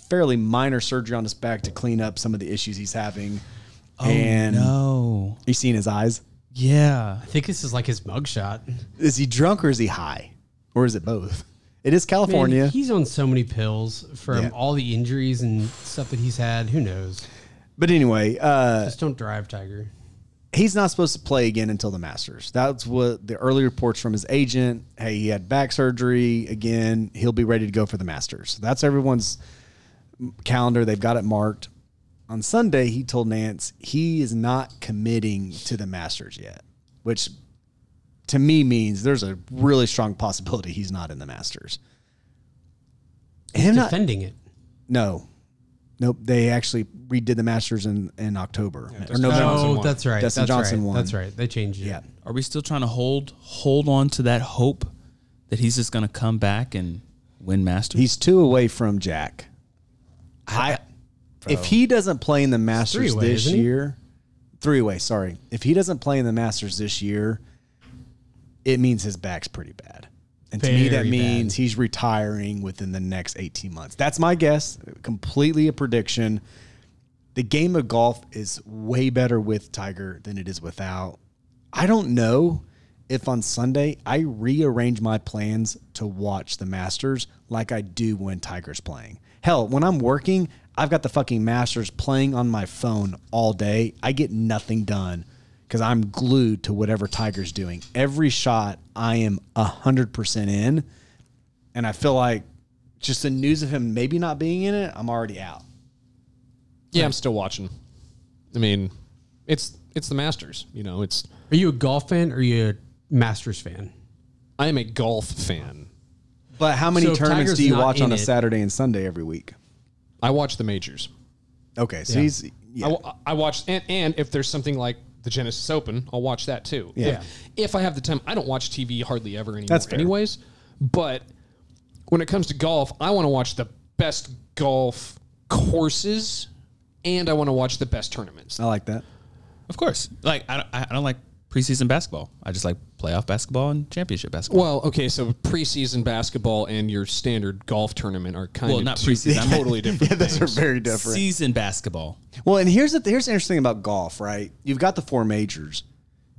[SPEAKER 4] fairly minor surgery on his back to clean up some of the issues he's having. Oh, and
[SPEAKER 2] No.
[SPEAKER 4] you seen his eyes?
[SPEAKER 2] Yeah.
[SPEAKER 3] I think this is like his mugshot.
[SPEAKER 4] Is he drunk or is he high? Or is it both? It is
[SPEAKER 3] Man,
[SPEAKER 4] California.
[SPEAKER 3] he's on so many pills from
[SPEAKER 4] Yeah.
[SPEAKER 3] all the injuries and stuff that he's had. Who knows?
[SPEAKER 4] but anyway, uh,
[SPEAKER 3] Just don't drive, Tiger.
[SPEAKER 4] he's not supposed to play again until the Masters. That's what the early reports from his agent. Hey, he had back surgery again. He'll be ready to go for the Masters. That's everyone's calendar. They've got it marked. On Sunday, he told Nance he is not committing to the Masters yet, which to me means there's a really strong possibility he's not in the Masters. Him not,
[SPEAKER 3] defending it.
[SPEAKER 4] no, nope. They actually redid the Masters in in October or
[SPEAKER 5] No,
[SPEAKER 4] November.
[SPEAKER 5] Johnson
[SPEAKER 3] Oh,
[SPEAKER 5] won.
[SPEAKER 3] that's right.
[SPEAKER 4] Dustin
[SPEAKER 3] that's
[SPEAKER 4] Johnson
[SPEAKER 3] right.
[SPEAKER 4] won.
[SPEAKER 3] That's right. They changed it.
[SPEAKER 4] Yeah.
[SPEAKER 2] Are we still trying to hold hold on to that hope that he's just going to come back and win Masters?
[SPEAKER 4] He's two away from Jack. I, if he doesn't play in the Masters
[SPEAKER 3] three-way,
[SPEAKER 4] this
[SPEAKER 3] isn't he?
[SPEAKER 4] year, three away. Sorry, if he doesn't play in the Masters this year, it means his back's pretty bad. And to me,
[SPEAKER 3] Very
[SPEAKER 4] that
[SPEAKER 3] bad.
[SPEAKER 4] means he's retiring within the next 18 months. That's my guess. Completely a prediction. The game of golf is way better with Tiger than it is without. I don't know if on Sunday I rearrange my plans to watch the Masters like I do when Tiger's playing. Hell, when I'm working, I've got the fucking Masters playing on my phone all day. I get nothing done because I'm glued to whatever Tiger's doing. Every shot I am 100% in. And I feel like just the news of him maybe not being in it, I'm already out.
[SPEAKER 5] Yeah, I'm still watching. I mean, it's it's the Masters. You know, it's
[SPEAKER 3] Are you a golf fan or are you a Masters fan?
[SPEAKER 5] I am a golf fan.
[SPEAKER 4] But how many
[SPEAKER 3] So if
[SPEAKER 4] tournaments
[SPEAKER 3] Tiger's
[SPEAKER 4] do you
[SPEAKER 3] not
[SPEAKER 4] watch on
[SPEAKER 3] in
[SPEAKER 4] a
[SPEAKER 3] it-
[SPEAKER 4] Saturday and Sunday every week?
[SPEAKER 5] I watch the majors.
[SPEAKER 4] Okay, so
[SPEAKER 3] Yeah.
[SPEAKER 4] he's yeah.
[SPEAKER 5] I, wa- I watch and, and if there's something like the Genesis Open, I'll watch that too.
[SPEAKER 4] Yeah.
[SPEAKER 5] If, if I have the time, I don't watch TV hardly ever anymore.
[SPEAKER 4] That's fair.
[SPEAKER 5] Anyways, but when it comes to golf, I want to watch the best golf courses, and I want to watch the best tournaments.
[SPEAKER 4] I like that.
[SPEAKER 2] of course. Like I don't, I don't like preseason basketball. I just like playoff basketball and championship basketball.
[SPEAKER 5] Well, okay, so preseason basketball and your standard golf tournament are kind
[SPEAKER 2] Well,
[SPEAKER 5] of
[SPEAKER 2] not
[SPEAKER 5] two
[SPEAKER 2] preseason. I meant-
[SPEAKER 5] totally different.
[SPEAKER 4] yeah, those are
[SPEAKER 5] things.
[SPEAKER 4] very different.
[SPEAKER 2] Season basketball.
[SPEAKER 4] Well, and here's the here's the interesting thing about golf, right? You've got the four majors,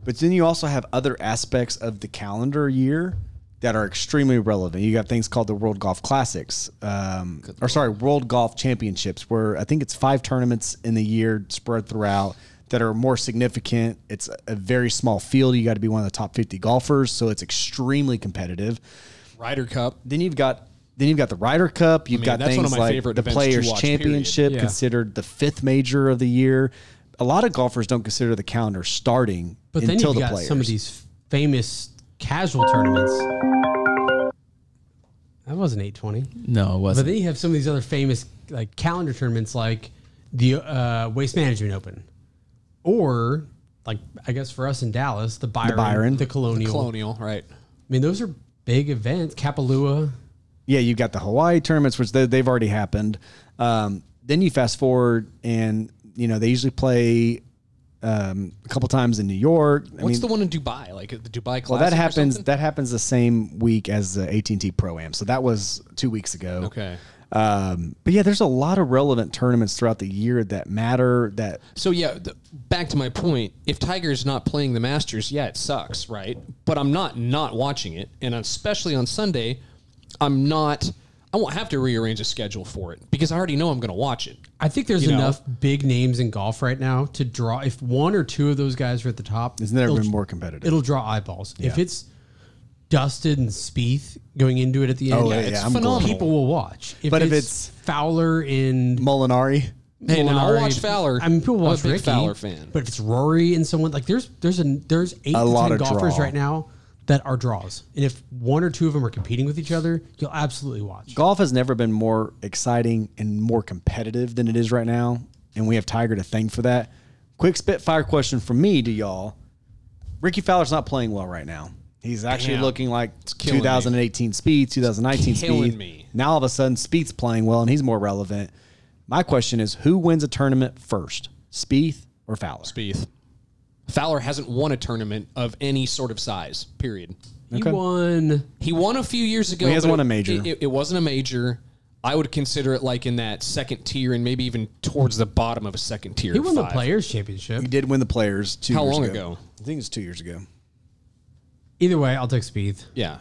[SPEAKER 4] but then you also have other aspects of the calendar year that are extremely relevant. You got things called the World Golf Classics, um, or sorry, World Golf Championships, where I think it's five tournaments in the year spread throughout that are more significant. It's a- a very small field. You got to be one of the top fifty golfers, so it's extremely competitive.
[SPEAKER 5] Ryder Cup.
[SPEAKER 4] then you've got then you've got the Ryder Cup. You've
[SPEAKER 5] mean,
[SPEAKER 4] got
[SPEAKER 5] that's
[SPEAKER 4] things
[SPEAKER 5] one of my
[SPEAKER 4] like
[SPEAKER 5] favorite
[SPEAKER 4] the
[SPEAKER 5] events to
[SPEAKER 4] Players
[SPEAKER 5] watch, period.
[SPEAKER 4] Championship,
[SPEAKER 3] Yeah.
[SPEAKER 4] considered the fifth major of the year. A lot of golfers don't consider the calendar starting
[SPEAKER 3] But then
[SPEAKER 4] until
[SPEAKER 3] you've
[SPEAKER 4] the
[SPEAKER 3] got
[SPEAKER 4] players.
[SPEAKER 3] some of these famous casual tournaments. That wasn't 820.
[SPEAKER 2] No, it
[SPEAKER 3] But
[SPEAKER 2] wasn't.
[SPEAKER 3] then you have some of these other famous like calendar tournaments like the uh, Waste Management Open or like I guess for us in Dallas, the Byron, the,
[SPEAKER 4] Byron.
[SPEAKER 3] Colonial.
[SPEAKER 5] Colonial, right?
[SPEAKER 3] I mean, those are big events. Kapalua.
[SPEAKER 4] yeah, you've got the Hawaii tournaments, which they, they've already happened. Um, then you fast forward, and you know they usually play um, a couple times in New York. I
[SPEAKER 5] What's
[SPEAKER 4] mean,
[SPEAKER 5] the one in Dubai? Like uh, the Dubai Classic.
[SPEAKER 4] well, that
[SPEAKER 5] or
[SPEAKER 4] happens.
[SPEAKER 5] something?
[SPEAKER 4] That happens the same week as the AT and T Pro Am. So that was two weeks ago.
[SPEAKER 5] okay.
[SPEAKER 4] Um, but yeah, there's a lot of relevant tournaments throughout the year that matter. That
[SPEAKER 5] So yeah, th- back to my point. If Tiger's not playing the Masters, yeah, it sucks, right? But I'm not not watching it, and especially on Sunday, I'm not. I won't have to rearrange a schedule for it because I already know I'm going to watch it.
[SPEAKER 3] I think there's
[SPEAKER 5] You know.
[SPEAKER 3] enough big names in golf right now to draw. If one or two of those guys are at the top,
[SPEAKER 4] has never
[SPEAKER 3] it'll-
[SPEAKER 4] been more competitive.
[SPEAKER 3] It'll draw eyeballs. If it's Dusted and Spieth going into it at the end,
[SPEAKER 4] Oh, yeah, yeah, I'm
[SPEAKER 5] phenomenal.
[SPEAKER 4] going.
[SPEAKER 3] people will watch.
[SPEAKER 4] But if it's-
[SPEAKER 3] Fowler in
[SPEAKER 4] Molinari.
[SPEAKER 5] Hey, now I'll
[SPEAKER 3] Molinari-
[SPEAKER 5] watch Fowler.
[SPEAKER 3] I mean, people
[SPEAKER 5] I'm a
[SPEAKER 3] watch
[SPEAKER 5] big
[SPEAKER 3] Ricky,
[SPEAKER 5] Fowler fan.
[SPEAKER 3] But if it's Rory and someone like there's there's a there's eight to
[SPEAKER 4] lot
[SPEAKER 3] ten
[SPEAKER 4] of
[SPEAKER 3] golfers
[SPEAKER 4] draw.
[SPEAKER 3] right now that are draws, and if one or two of them are competing with each other, you'll absolutely watch.
[SPEAKER 4] Golf has never been more exciting and more competitive than it is right now, and we have Tiger to thank for that. Quick spitfire question from me to y'all: Ricky Fowler's not playing well right now. He's actually
[SPEAKER 5] Damn.
[SPEAKER 4] looking like
[SPEAKER 5] killing me.
[SPEAKER 4] 2018 speed, 2019
[SPEAKER 5] killing
[SPEAKER 4] speed.
[SPEAKER 5] me.
[SPEAKER 4] Now all of a sudden, Speed's playing well and he's more relevant. My question is, who wins a tournament first, Spieth or Fowler?
[SPEAKER 5] Spieth. Fowler hasn't won a tournament of any sort of size. Period.
[SPEAKER 3] He
[SPEAKER 4] Okay.
[SPEAKER 3] won.
[SPEAKER 5] He won a few years ago.
[SPEAKER 4] Well, he hasn't
[SPEAKER 5] but
[SPEAKER 4] won a
[SPEAKER 5] it-
[SPEAKER 4] major.
[SPEAKER 5] It, it wasn't a major. I would consider it like in that second tier and maybe even towards the bottom of a second tier.
[SPEAKER 3] He won the
[SPEAKER 5] five.
[SPEAKER 3] Players Championship.
[SPEAKER 4] He did win the Players two
[SPEAKER 5] How
[SPEAKER 4] years
[SPEAKER 5] long ago?
[SPEAKER 4] ago. I think it was two years ago.
[SPEAKER 3] Either way, I'll take Spieth.
[SPEAKER 5] Yeah.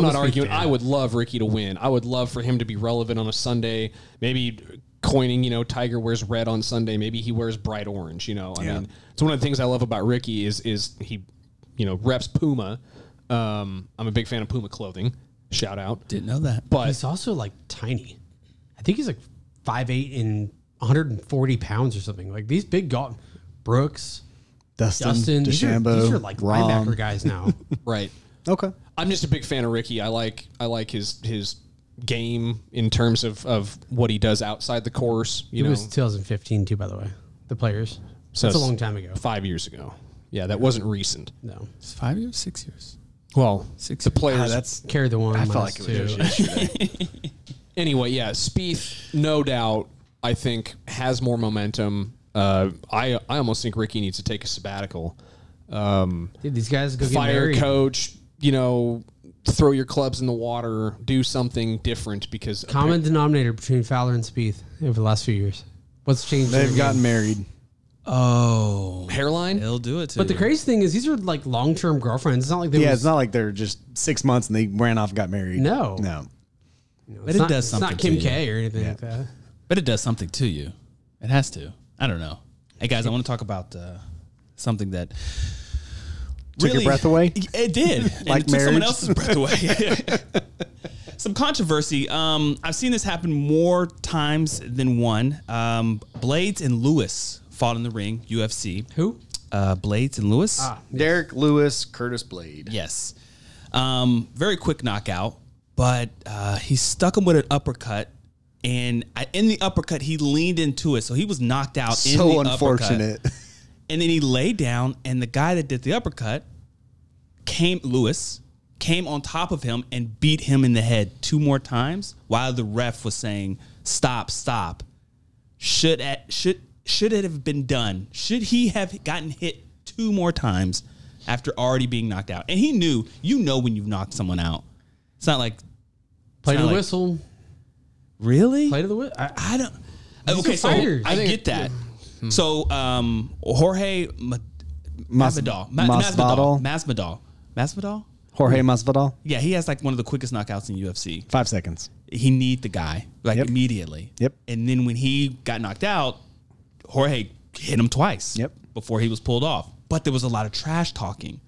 [SPEAKER 3] I'm a
[SPEAKER 5] not
[SPEAKER 3] Spieth
[SPEAKER 5] arguing.
[SPEAKER 3] fan.
[SPEAKER 5] I would love Ricky to win. I would love for him to be relevant on a Sunday, maybe coining, you know, Tiger wears red on Sunday. Maybe he wears bright orange. You know, I mean, it's one of the things I love about Ricky is is he, you know, reps Puma. Um, I'm a big fan of Puma clothing. Shout out.
[SPEAKER 2] Didn't know that.
[SPEAKER 5] But
[SPEAKER 3] He's also like tiny. I think he's like five eight and 140 pounds or something. Like these big golf Brooks,
[SPEAKER 4] Dustin,
[SPEAKER 3] Dustin, these are,
[SPEAKER 4] DeChambeau,
[SPEAKER 3] these are like
[SPEAKER 4] Rom.
[SPEAKER 3] linebacker guys now.
[SPEAKER 5] right,
[SPEAKER 4] Okay.
[SPEAKER 5] I'm just a big fan of Ricky. I like I like his his game in terms of of what he does outside the course.
[SPEAKER 3] it
[SPEAKER 5] You know,
[SPEAKER 3] was 2015 too, by the way. The players.
[SPEAKER 5] So
[SPEAKER 3] That's a
[SPEAKER 5] it's-
[SPEAKER 3] long time ago.
[SPEAKER 5] five years ago. Yeah, that wasn't recent.
[SPEAKER 3] No,
[SPEAKER 2] It's five years, six years.
[SPEAKER 5] Well,
[SPEAKER 2] Six
[SPEAKER 5] the
[SPEAKER 2] years.
[SPEAKER 5] players.
[SPEAKER 4] Ah, that's
[SPEAKER 3] carry the one. I
[SPEAKER 4] felt like it was just
[SPEAKER 5] anyway, yeah, Spieth, no doubt, I think has more momentum. Uh, I I almost think Ricky needs to take a sabbatical. Um,
[SPEAKER 3] Dude, these guys go get
[SPEAKER 5] fire
[SPEAKER 3] married.
[SPEAKER 5] coach, you know, throw your clubs in the water, do something different because
[SPEAKER 3] Common denominator between Fowler and Spieth over the last few years. What's changed? in
[SPEAKER 4] they've
[SPEAKER 3] the
[SPEAKER 4] gotten
[SPEAKER 3] game?
[SPEAKER 4] married.
[SPEAKER 2] Oh,
[SPEAKER 5] hairline.
[SPEAKER 2] it'll do it to
[SPEAKER 3] But the
[SPEAKER 2] you.
[SPEAKER 3] crazy thing is, these are like long-term girlfriends. It's not like they.
[SPEAKER 4] Yeah,
[SPEAKER 3] was-
[SPEAKER 4] it's not like they're just six months and they ran off and got married.
[SPEAKER 3] No.
[SPEAKER 4] No.
[SPEAKER 3] you know,
[SPEAKER 2] But
[SPEAKER 3] it's
[SPEAKER 2] it
[SPEAKER 3] not-
[SPEAKER 2] does
[SPEAKER 3] It's
[SPEAKER 2] something
[SPEAKER 3] not Kim
[SPEAKER 2] to you.
[SPEAKER 3] K or anything like that.
[SPEAKER 2] But it does something to you. It has to. I don't know. Hey guys, I want to talk about uh, something that
[SPEAKER 4] Took your breath away?
[SPEAKER 2] It did. And
[SPEAKER 4] Like
[SPEAKER 2] it took someone
[SPEAKER 4] marriage?
[SPEAKER 2] else's breath away. Some controversy. Um, I've seen this happen more times than one. Um, Blades and Lewis fought in the ring, UFC.
[SPEAKER 3] Who?
[SPEAKER 2] Uh, Blades and Lewis.
[SPEAKER 4] Derek Lewis, Curtis Blade.
[SPEAKER 2] Yes. Um, very quick knockout, but uh, he stuck him with an uppercut. And I, in the uppercut, he leaned into it. So he was knocked out in
[SPEAKER 4] So
[SPEAKER 2] the uppercut.
[SPEAKER 4] unfortunate.
[SPEAKER 2] And then he lay down, and the guy that did the uppercut came, Lewis, came on top of him and beat him in the head two more times while the ref was saying, stop, stop. Should, at, should, should it have been done? Should he have gotten hit two more times after already being knocked out? And he knew, you know, when you've knocked someone out. It's not like,
[SPEAKER 3] Play to the
[SPEAKER 2] like-
[SPEAKER 3] whistle.
[SPEAKER 2] really?
[SPEAKER 3] Play to the whistle.
[SPEAKER 2] I don't. okay,
[SPEAKER 3] are
[SPEAKER 2] so
[SPEAKER 3] fighters. Hmm.
[SPEAKER 2] I,
[SPEAKER 3] I think-
[SPEAKER 2] get that. So um, Jorge Ma-
[SPEAKER 4] Mas-
[SPEAKER 2] Masvidal, Ma- Masvidal,
[SPEAKER 4] Masvidal?
[SPEAKER 2] Masvidal, Masvidal.
[SPEAKER 4] Jorge Masvidal,
[SPEAKER 2] Yeah, he has like one of the quickest knockouts in UFC.
[SPEAKER 4] five seconds.
[SPEAKER 2] He need the guy like
[SPEAKER 4] Yep.
[SPEAKER 2] immediately.
[SPEAKER 4] Yep.
[SPEAKER 2] And then when he got knocked out, Jorge hit him twice.
[SPEAKER 4] Yep.
[SPEAKER 2] Before he was pulled off, but there was a lot of trash talking.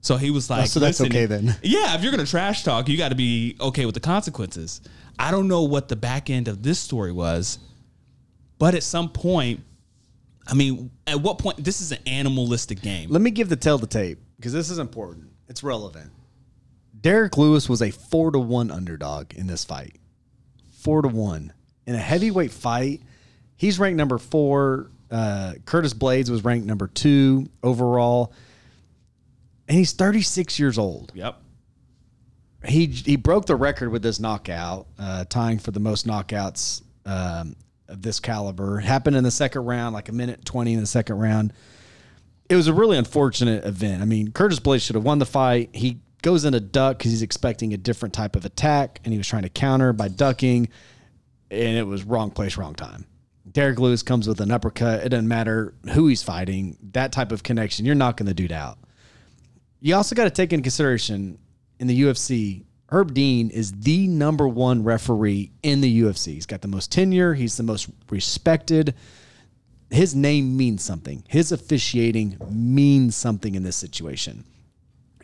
[SPEAKER 2] So he was like,
[SPEAKER 4] Oh, so that's
[SPEAKER 2] "Listen,
[SPEAKER 4] okay then."
[SPEAKER 2] Yeah, if you're gonna trash talk, you got to be okay with the consequences. I don't know what the back end of this story was, but at some point, I mean, at what point? This is an animalistic game.
[SPEAKER 4] Let me give the tell the tape because this is important. It's relevant. Derek Lewis was a four to one underdog in this fight. Four to one in a heavyweight fight. He's ranked number four. Uh, Curtis Blades was ranked number two overall, and he's 36 years old.
[SPEAKER 2] Yep.
[SPEAKER 4] He he broke the record with this knockout, uh, tying for the most knockouts um, of this caliber. Happened in the second round, like a minute 20 in the second round it was a really unfortunate event. I mean, Curtis Blade should have won the fight. He goes into duck because he's expecting a different type of attack, and he was trying to counter by ducking, and it was wrong place, wrong time. Derek Lewis comes with an uppercut. It doesn't matter who he's fighting. That type of connection, you're knocking the dude out. You also got to take into consideration in the UFC, Herb Dean is the number one referee in the UFC. He's got the most tenure. He's the most respected his name means something. His officiating means something in this situation.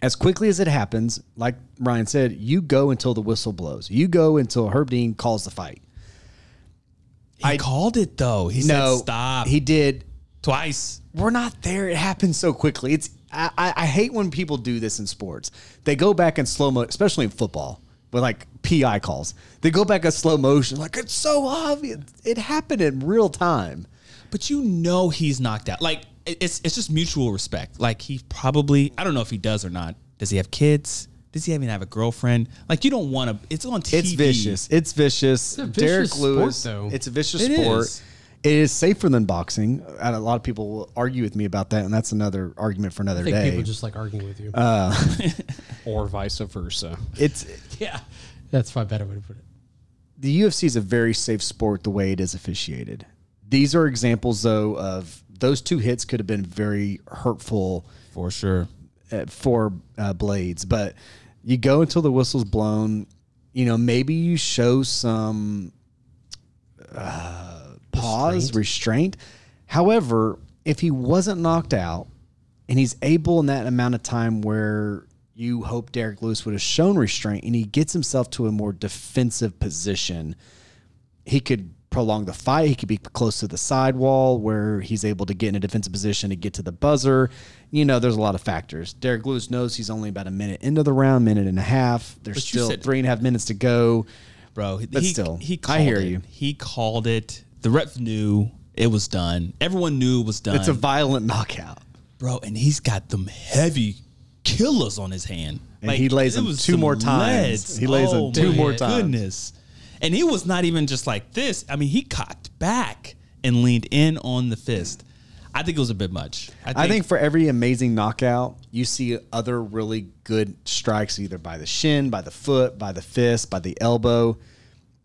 [SPEAKER 4] As quickly as it happens, like Ryan said, you go until the whistle blows. You go until Herb Dean calls the fight.
[SPEAKER 2] He called it though. He
[SPEAKER 4] no,
[SPEAKER 2] said stop
[SPEAKER 4] He did.
[SPEAKER 2] twice.
[SPEAKER 4] We're not there. It happens so quickly. It's I, I, I hate when people do this in sports. They go back in slow mo, especially in football, with like PI calls. They go back in slow motion, like it's so obvious. It happened in real time.
[SPEAKER 2] But you know he's knocked out. Like it- it's it's just mutual respect. Like he probably I don't know if he does or not. Does he have kids? Does he even have a girlfriend? Like you don't want to. It's on TV.
[SPEAKER 4] It's vicious. It's vicious.
[SPEAKER 3] a vicious
[SPEAKER 4] Derek
[SPEAKER 3] sport,
[SPEAKER 4] Lewis.
[SPEAKER 3] though.
[SPEAKER 4] It's a vicious
[SPEAKER 2] It
[SPEAKER 4] sport.
[SPEAKER 2] is.
[SPEAKER 4] It is safer than boxing. And a lot of people will argue with me about that, and that's another argument for another
[SPEAKER 3] I think
[SPEAKER 4] day.
[SPEAKER 3] people just like arguing with you.
[SPEAKER 5] or vice versa.
[SPEAKER 4] it's
[SPEAKER 3] yeah, that's probably a better way to put it.
[SPEAKER 4] the UFC is a very safe sport the way it is officiated. These are examples though of those two hits could have been very hurtful
[SPEAKER 2] for sure.
[SPEAKER 4] uh, for uh, blades, but you go until the whistle's blown. You know, maybe you show some pause, restraint. However, if he wasn't knocked out and he's able in that amount of time where you hope Derek Lewis would have shown restraint and he gets himself to a more defensive position, he could prolong the fight. He could be close to the sidewall where he's able to get in a defensive position to get to the buzzer. You know, there's a lot of factors. Derek Lewis knows he's only about a minute into the round, minute and a half. There's
[SPEAKER 2] But you
[SPEAKER 4] still
[SPEAKER 2] said-
[SPEAKER 4] three and a half minutes to go.
[SPEAKER 2] bro.
[SPEAKER 4] But
[SPEAKER 2] he,
[SPEAKER 4] still,
[SPEAKER 2] he
[SPEAKER 4] I
[SPEAKER 2] called
[SPEAKER 4] hear
[SPEAKER 2] it.
[SPEAKER 4] you.
[SPEAKER 2] He called it. The ref knew it was done. Everyone knew it was done.
[SPEAKER 4] It's a violent knockout.
[SPEAKER 2] bro, and he's got them heavy killers on his hand.
[SPEAKER 4] And he lays
[SPEAKER 2] it
[SPEAKER 4] them
[SPEAKER 2] was
[SPEAKER 4] two
[SPEAKER 2] some
[SPEAKER 4] more times.
[SPEAKER 2] leads.
[SPEAKER 4] He lays them
[SPEAKER 2] Oh,
[SPEAKER 4] two
[SPEAKER 2] my
[SPEAKER 4] more times.
[SPEAKER 2] Goodness, and he was not even just like this. I mean, he cocked back and leaned in on the fist. I think it was a bit much.
[SPEAKER 4] I think for every amazing knockout, you see other really good strikes either by the shin, by the foot, by the fist, by the elbow,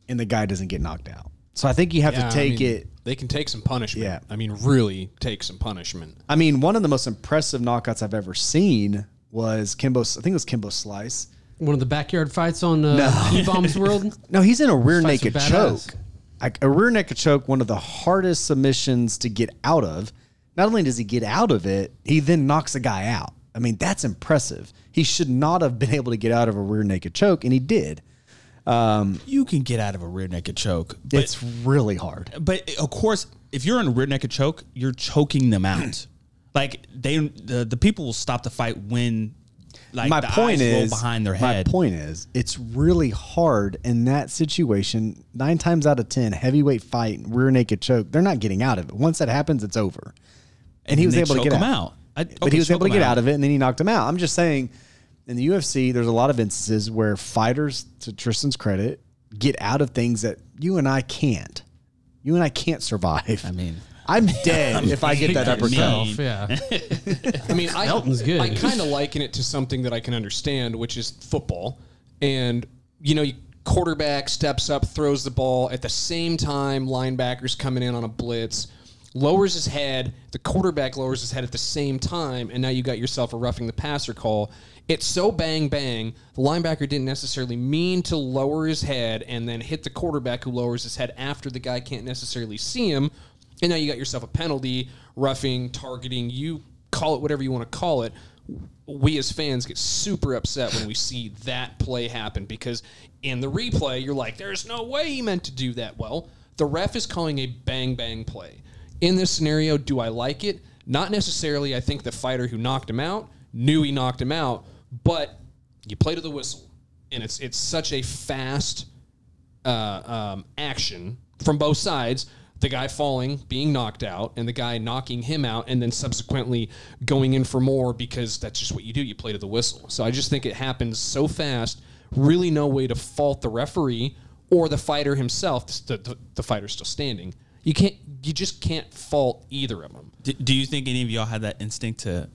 [SPEAKER 4] and the guy doesn't get knocked out. So I think you have
[SPEAKER 5] Yeah, I
[SPEAKER 4] to take
[SPEAKER 5] mean,
[SPEAKER 4] it.
[SPEAKER 5] They can take some punishment.
[SPEAKER 4] Yeah.
[SPEAKER 5] I mean, really take some punishment.
[SPEAKER 4] I mean, one of the most impressive knockouts I've ever seen was Kimbo. I think it was Kimbo Slice.
[SPEAKER 3] One of the backyard fights on uh, E Bombs World.
[SPEAKER 4] No, he's in a rear
[SPEAKER 3] Fights
[SPEAKER 4] naked
[SPEAKER 3] with
[SPEAKER 4] choke.
[SPEAKER 3] badass.
[SPEAKER 4] Like a rear naked choke, one of the hardest submissions to get out of. Not only does he get out of it, he then knocks a guy out. I mean, that's impressive. He should not have been able to get out of a rear naked choke, and he did.
[SPEAKER 2] you can get out of a rear naked choke, but
[SPEAKER 4] it's really hard.
[SPEAKER 2] but of course, if you're in a rear naked choke, you're choking them out. like they, the, the people will stop the fight when, like
[SPEAKER 4] my
[SPEAKER 2] the
[SPEAKER 4] point
[SPEAKER 2] eyes roll
[SPEAKER 4] is
[SPEAKER 2] behind their head.
[SPEAKER 4] My point is, it's really hard in that situation. Nine times out of ten, heavyweight fight, rear naked choke, they're not getting out of it. Once that happens, it's over. And, he was
[SPEAKER 2] they
[SPEAKER 4] able to
[SPEAKER 2] choke
[SPEAKER 4] get
[SPEAKER 2] him
[SPEAKER 4] out.
[SPEAKER 2] out. I-
[SPEAKER 4] but
[SPEAKER 2] okay,
[SPEAKER 4] he was
[SPEAKER 2] choke
[SPEAKER 4] able to
[SPEAKER 2] him
[SPEAKER 4] get out. of it, and then he knocked him out. I'm just saying, in the UFC, there's a lot of instances where fighters, to Tristan's credit, get out of things that you and I can't. You and I can't survive. I
[SPEAKER 2] mean-
[SPEAKER 4] I'm dead if I get that
[SPEAKER 2] I mean-
[SPEAKER 4] uppercut.
[SPEAKER 3] Self, Oh, yeah.
[SPEAKER 5] I mean, I,
[SPEAKER 3] Elton's good.
[SPEAKER 5] I kind of liken it to something that I can understand, which is football. And, you know, you- quarterback steps up, throws the ball. At the same time, linebacker's coming in on a blitz, lowers his head. The quarterback lowers his head at the same time. And now you got yourself a roughing the passer call. It's so bang bang. The linebacker didn't necessarily mean to lower his head and then hit the quarterback who lowers his head after the guy can't necessarily see him. And now you got yourself a penalty, roughing, targeting. You call it whatever you want to call it. We as fans get super upset when we see that play happen because in the replay, you're like, there's no way he meant to do that. Well, the ref is calling a bang bang play. In this scenario, do I like it? Not necessarily. I think the fighter who knocked him out knew he knocked him out, but you play to the whistle. And it's, it's such a fast uh, um, action from both sides the guy falling being knocked out and the guy knocking him out and then subsequently going in for more because that's just what you do you play to the whistle so i just think it happens so fast really no way to fault the referee or the fighter himself the, the, the fighter's still standing you can't you just can't fault either of them
[SPEAKER 2] Do, do you think any of y'all had that instinct to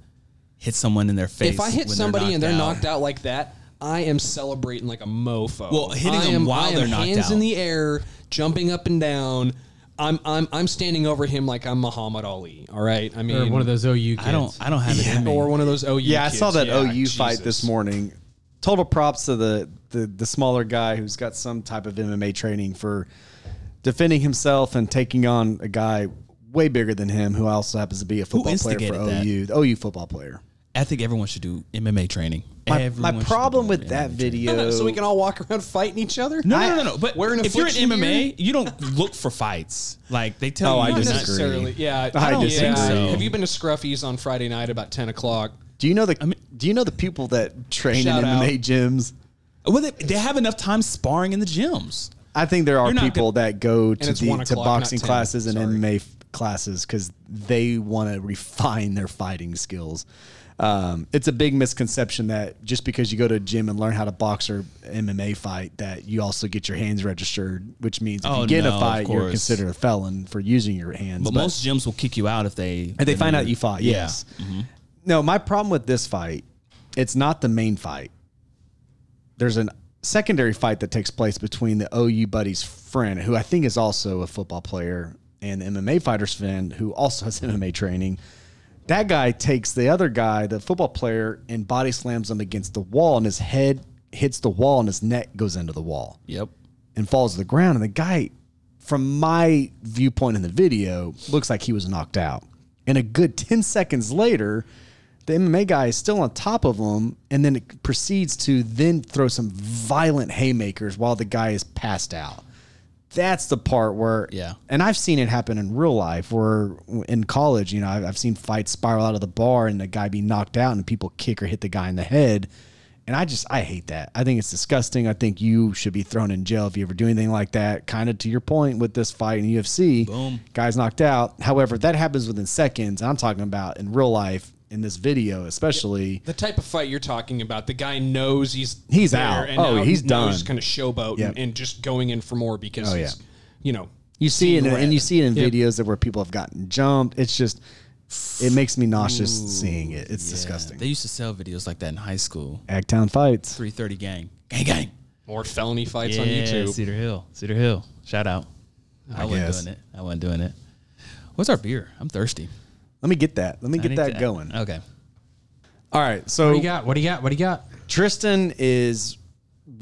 [SPEAKER 2] hit someone in their face?
[SPEAKER 5] if i hit
[SPEAKER 2] when they're
[SPEAKER 5] somebody and they're knocked out like that I am celebrating like a mofo.
[SPEAKER 2] Well, hitting
[SPEAKER 5] I
[SPEAKER 2] them
[SPEAKER 5] am-
[SPEAKER 2] while
[SPEAKER 5] I am
[SPEAKER 2] they're knocked
[SPEAKER 5] hands
[SPEAKER 2] out.
[SPEAKER 5] in the air, jumping up and down. I'm I'm I'm standing over him like I'm Muhammad Ali. All right, I mean
[SPEAKER 3] Or one of those OU kids.
[SPEAKER 2] I don't. I don't have it in me.
[SPEAKER 5] or one of those OU.
[SPEAKER 4] Yeah, I saw
[SPEAKER 5] kids.
[SPEAKER 4] that
[SPEAKER 5] Yeah,
[SPEAKER 4] OU fight
[SPEAKER 5] Jesus.
[SPEAKER 4] this morning. Total props to the, the the smaller guy who's got some type of MMA training for defending himself and taking on a guy way bigger than him who also happens to be a football player for
[SPEAKER 2] instigated that?
[SPEAKER 4] OU, the OU football player.
[SPEAKER 2] I think everyone should do MMA training.
[SPEAKER 4] My,
[SPEAKER 2] Everyone
[SPEAKER 4] my
[SPEAKER 2] should do
[SPEAKER 4] problem with
[SPEAKER 2] MMA
[SPEAKER 4] that
[SPEAKER 2] training.
[SPEAKER 4] video
[SPEAKER 5] So we can all walk around fighting each other.
[SPEAKER 2] No,
[SPEAKER 4] I-
[SPEAKER 2] no, no, no. But
[SPEAKER 5] wearing
[SPEAKER 2] if you're in
[SPEAKER 5] affliction
[SPEAKER 2] MMA, you don't look for fights. Like they tell you.
[SPEAKER 4] Oh, I
[SPEAKER 2] you're
[SPEAKER 5] Not
[SPEAKER 2] not-
[SPEAKER 4] disagree.
[SPEAKER 5] necessarily. Yeah,
[SPEAKER 4] I
[SPEAKER 5] don't-
[SPEAKER 4] disagree.
[SPEAKER 5] yeah.
[SPEAKER 2] So-
[SPEAKER 5] Have you been to Scruffy's on Friday night about ten o'clock?
[SPEAKER 4] do you know the do you know the people that train in
[SPEAKER 5] Shout out.
[SPEAKER 4] MMA gyms?
[SPEAKER 2] Well, they, they have enough time sparring in the gyms.
[SPEAKER 4] I think there are
[SPEAKER 2] You're not
[SPEAKER 4] people that go to
[SPEAKER 5] it's
[SPEAKER 4] the,
[SPEAKER 5] one
[SPEAKER 4] to
[SPEAKER 5] o'clock, not
[SPEAKER 4] boxing
[SPEAKER 5] 10.
[SPEAKER 4] classes and
[SPEAKER 5] Sorry.
[SPEAKER 4] MMA f- classes because they want to refine their fighting skills. Um, it's a big misconception that just because you go to a gym and learn how to box or MMA fight, that you also get your hands registered, which means if
[SPEAKER 2] Oh,
[SPEAKER 4] you get in
[SPEAKER 2] no,
[SPEAKER 4] a
[SPEAKER 2] of
[SPEAKER 4] fight, you're
[SPEAKER 2] course.
[SPEAKER 4] considered a felon for using your hands.
[SPEAKER 2] But, most gyms will kick you out if they
[SPEAKER 4] And they find out you fought. Yes. No, my problem with this fight, it's not the main fight. There's a secondary fight that takes place between the OU buddy's friend, who I think is also a football player, and the MMA fighter's friend, who also has MMA training. That guy takes the other guy, the football player, and body slams him against the wall, and his head hits the wall, and his neck goes into the wall
[SPEAKER 2] Yep.
[SPEAKER 4] and falls to the ground. And the guy from my viewpoint in the video, looks like he was knocked out. And a good 10 seconds later, the MMA guy is still on top of him and then it proceeds to then throw some violent haymakers while the guy is passed out. That's the part where,
[SPEAKER 2] Yeah.
[SPEAKER 4] And I've seen it happen in real life where in college, you know, I've, I've seen fights spiral out of the bar and the guy be knocked out and people kick or hit the guy in the head. And I just, I hate that. I think it's disgusting. I think you should be thrown in jail if you ever do anything like that. Kind of to your point with this fight in UFC.
[SPEAKER 2] Boom.
[SPEAKER 4] Guy's knocked out. However, that happens within seconds. I'm talking about in real life, in this video, especially.
[SPEAKER 5] The type of fight you're talking about, the guy knows he's
[SPEAKER 4] He's
[SPEAKER 5] there
[SPEAKER 4] out.
[SPEAKER 5] and
[SPEAKER 4] Oh,
[SPEAKER 5] now
[SPEAKER 4] he's
[SPEAKER 5] he knows
[SPEAKER 4] done.
[SPEAKER 5] He's kind of showboat
[SPEAKER 4] Yep.
[SPEAKER 5] and, and just going in for more because
[SPEAKER 4] Oh,
[SPEAKER 5] he's,
[SPEAKER 4] yeah.
[SPEAKER 5] you know,
[SPEAKER 4] You see it, in, and you see it in
[SPEAKER 5] Yep.
[SPEAKER 4] videos that where people have gotten jumped. It's just, it makes me nauseous seeing it. It's disgusting.
[SPEAKER 2] They used to sell videos like that in high school.
[SPEAKER 4] Agtown fights.
[SPEAKER 2] 330 gang. Gang gang.
[SPEAKER 5] more felony fights
[SPEAKER 2] Yeah,
[SPEAKER 5] on YouTube.
[SPEAKER 2] Cedar Hill. Cedar Hill. Shout out. I, wasn't
[SPEAKER 4] guess.
[SPEAKER 2] doing it. I wasn't doing it. What's our beer? I'm thirsty.
[SPEAKER 4] Let me get that. Let me
[SPEAKER 2] I
[SPEAKER 4] get
[SPEAKER 2] need
[SPEAKER 4] that
[SPEAKER 2] to- uh,
[SPEAKER 4] going.
[SPEAKER 2] Okay.
[SPEAKER 4] All right.
[SPEAKER 3] What do
[SPEAKER 4] So
[SPEAKER 3] you got? What do you got? What do you got?
[SPEAKER 4] Tristan is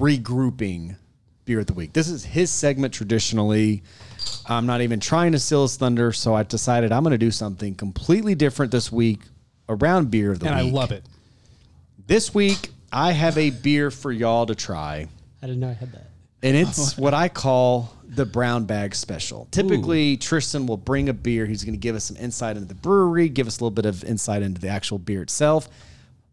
[SPEAKER 4] regrouping beer of the week. This is his segment traditionally. I'm not even trying to steal his thunder, so I decided I'm going to do something completely different this week around beer of the
[SPEAKER 5] And I
[SPEAKER 4] week.
[SPEAKER 5] love it.
[SPEAKER 4] This week I have a beer for y'all to try.
[SPEAKER 3] I didn't know I had that.
[SPEAKER 4] And it's what I call the brown bag special. Typically, Tristan will bring a beer. He's going to give us some insight into the brewery, give us a little bit of insight into the actual beer itself.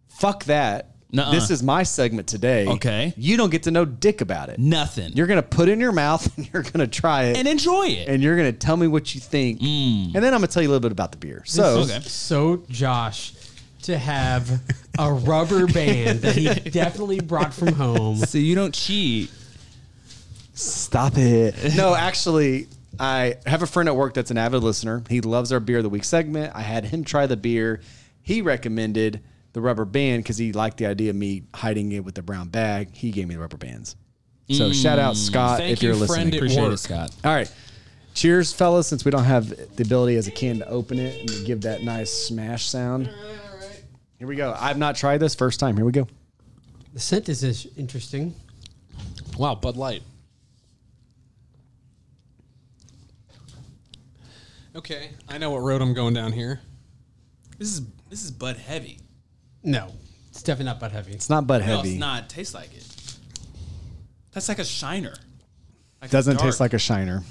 [SPEAKER 4] Fuck that.
[SPEAKER 2] Nuh-uh.
[SPEAKER 4] This is my segment today.
[SPEAKER 2] Okay.
[SPEAKER 4] You don't get to know dick about it.
[SPEAKER 2] Nothing.
[SPEAKER 4] You're going to put it in your mouth and you're going to try it.
[SPEAKER 2] and
[SPEAKER 4] And,
[SPEAKER 2] enjoy it. Mm.
[SPEAKER 4] you're going to tell me what you think. And then I'm going to tell you a little bit about the beer. So,
[SPEAKER 2] Okay.
[SPEAKER 3] So Josh to have a rubber band that he definitely brought from home.
[SPEAKER 2] so you don't cheat.
[SPEAKER 4] Stop it. No, actually, I have a friend at work that's an avid listener. He loves our beer of the week segment. I had him try the beer. He recommended the rubber band because he liked the idea of me hiding it with the brown bag. He gave me the rubber bands. So shout out Scott
[SPEAKER 5] Mm. Thank
[SPEAKER 4] if you're
[SPEAKER 5] you,
[SPEAKER 4] listening.
[SPEAKER 5] friend at
[SPEAKER 2] Appreciate
[SPEAKER 5] work.
[SPEAKER 2] it, Scott.
[SPEAKER 4] All right. Cheers, fellas, since we don't have the ability as a can to open it and to give that nice smash sound. Here we go. I've not tried this first time. Here we go.
[SPEAKER 3] The scent is is interesting.
[SPEAKER 5] Wow, Bud Light. Okay, I know what road I'm going down here.
[SPEAKER 2] This is this is Bud Heavy.
[SPEAKER 3] No, it's definitely not butt heavy.
[SPEAKER 4] It's not butt
[SPEAKER 2] No,
[SPEAKER 4] heavy.
[SPEAKER 2] it's not. It tastes like it. That's like a shiner. Like a
[SPEAKER 4] Doesn't
[SPEAKER 2] dark.
[SPEAKER 4] taste like a shiner.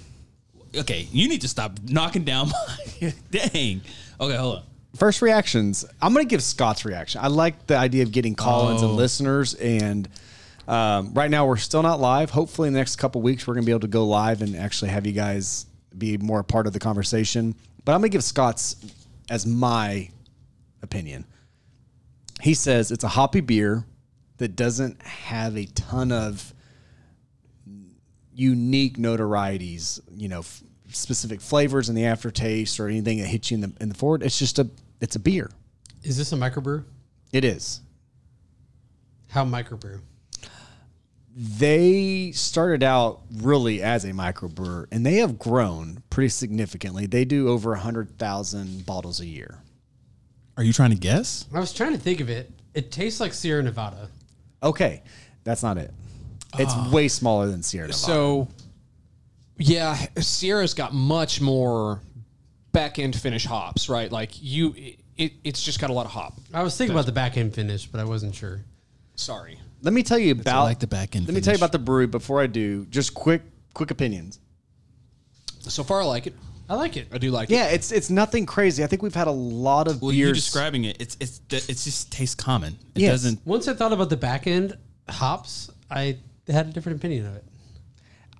[SPEAKER 2] Okay, you need to stop knocking down my dang. Okay, hold on.
[SPEAKER 4] First reactions. I'm going to give Scott's reaction. I like the idea of getting call-ins
[SPEAKER 2] Oh.
[SPEAKER 4] and listeners, and um, right now we're still not live. Hopefully, in the next couple weeks, we're going to be able to go live and actually have you guys be more a part of the conversation. But I'm going to give Scott's as my opinion. He says it's a hoppy beer that doesn't have a ton of unique notorieties, you know, f- specific flavors in the aftertaste or anything that hits you in the in the forward. It's just a it's a beer.
[SPEAKER 3] Is this a microbrew?
[SPEAKER 4] It is.
[SPEAKER 3] How microbrew?
[SPEAKER 4] They started out really as a microbrewer and they have grown pretty significantly. They do over 100,000 bottles a year.
[SPEAKER 2] Are you trying to guess?
[SPEAKER 3] I was trying to think of it. It tastes like Sierra Nevada.
[SPEAKER 4] Okay, that's not it. It's
[SPEAKER 2] Ah.
[SPEAKER 4] way smaller than Sierra Nevada.
[SPEAKER 5] So, yeah, Sierra's got much more back end finish hops, right? Like you, it, it's just got a lot of hop.
[SPEAKER 3] I was thinking about the back end finish, but I wasn't sure.
[SPEAKER 5] Sorry,
[SPEAKER 4] let me tell you about
[SPEAKER 2] like the back end
[SPEAKER 4] Let me tell you
[SPEAKER 2] finish.
[SPEAKER 4] about the brewery before I do. Just quick quick opinions.
[SPEAKER 5] so far I like it.
[SPEAKER 3] I like it.
[SPEAKER 5] I do like it.
[SPEAKER 4] Yeah, it's it's nothing crazy. I think we've had a lot of
[SPEAKER 2] Well,
[SPEAKER 4] beers.
[SPEAKER 2] you describing it, it's it's it's just tastes common. It
[SPEAKER 4] Yes.
[SPEAKER 2] doesn't.
[SPEAKER 3] Once I thought about the back end hops, I had a different opinion of it.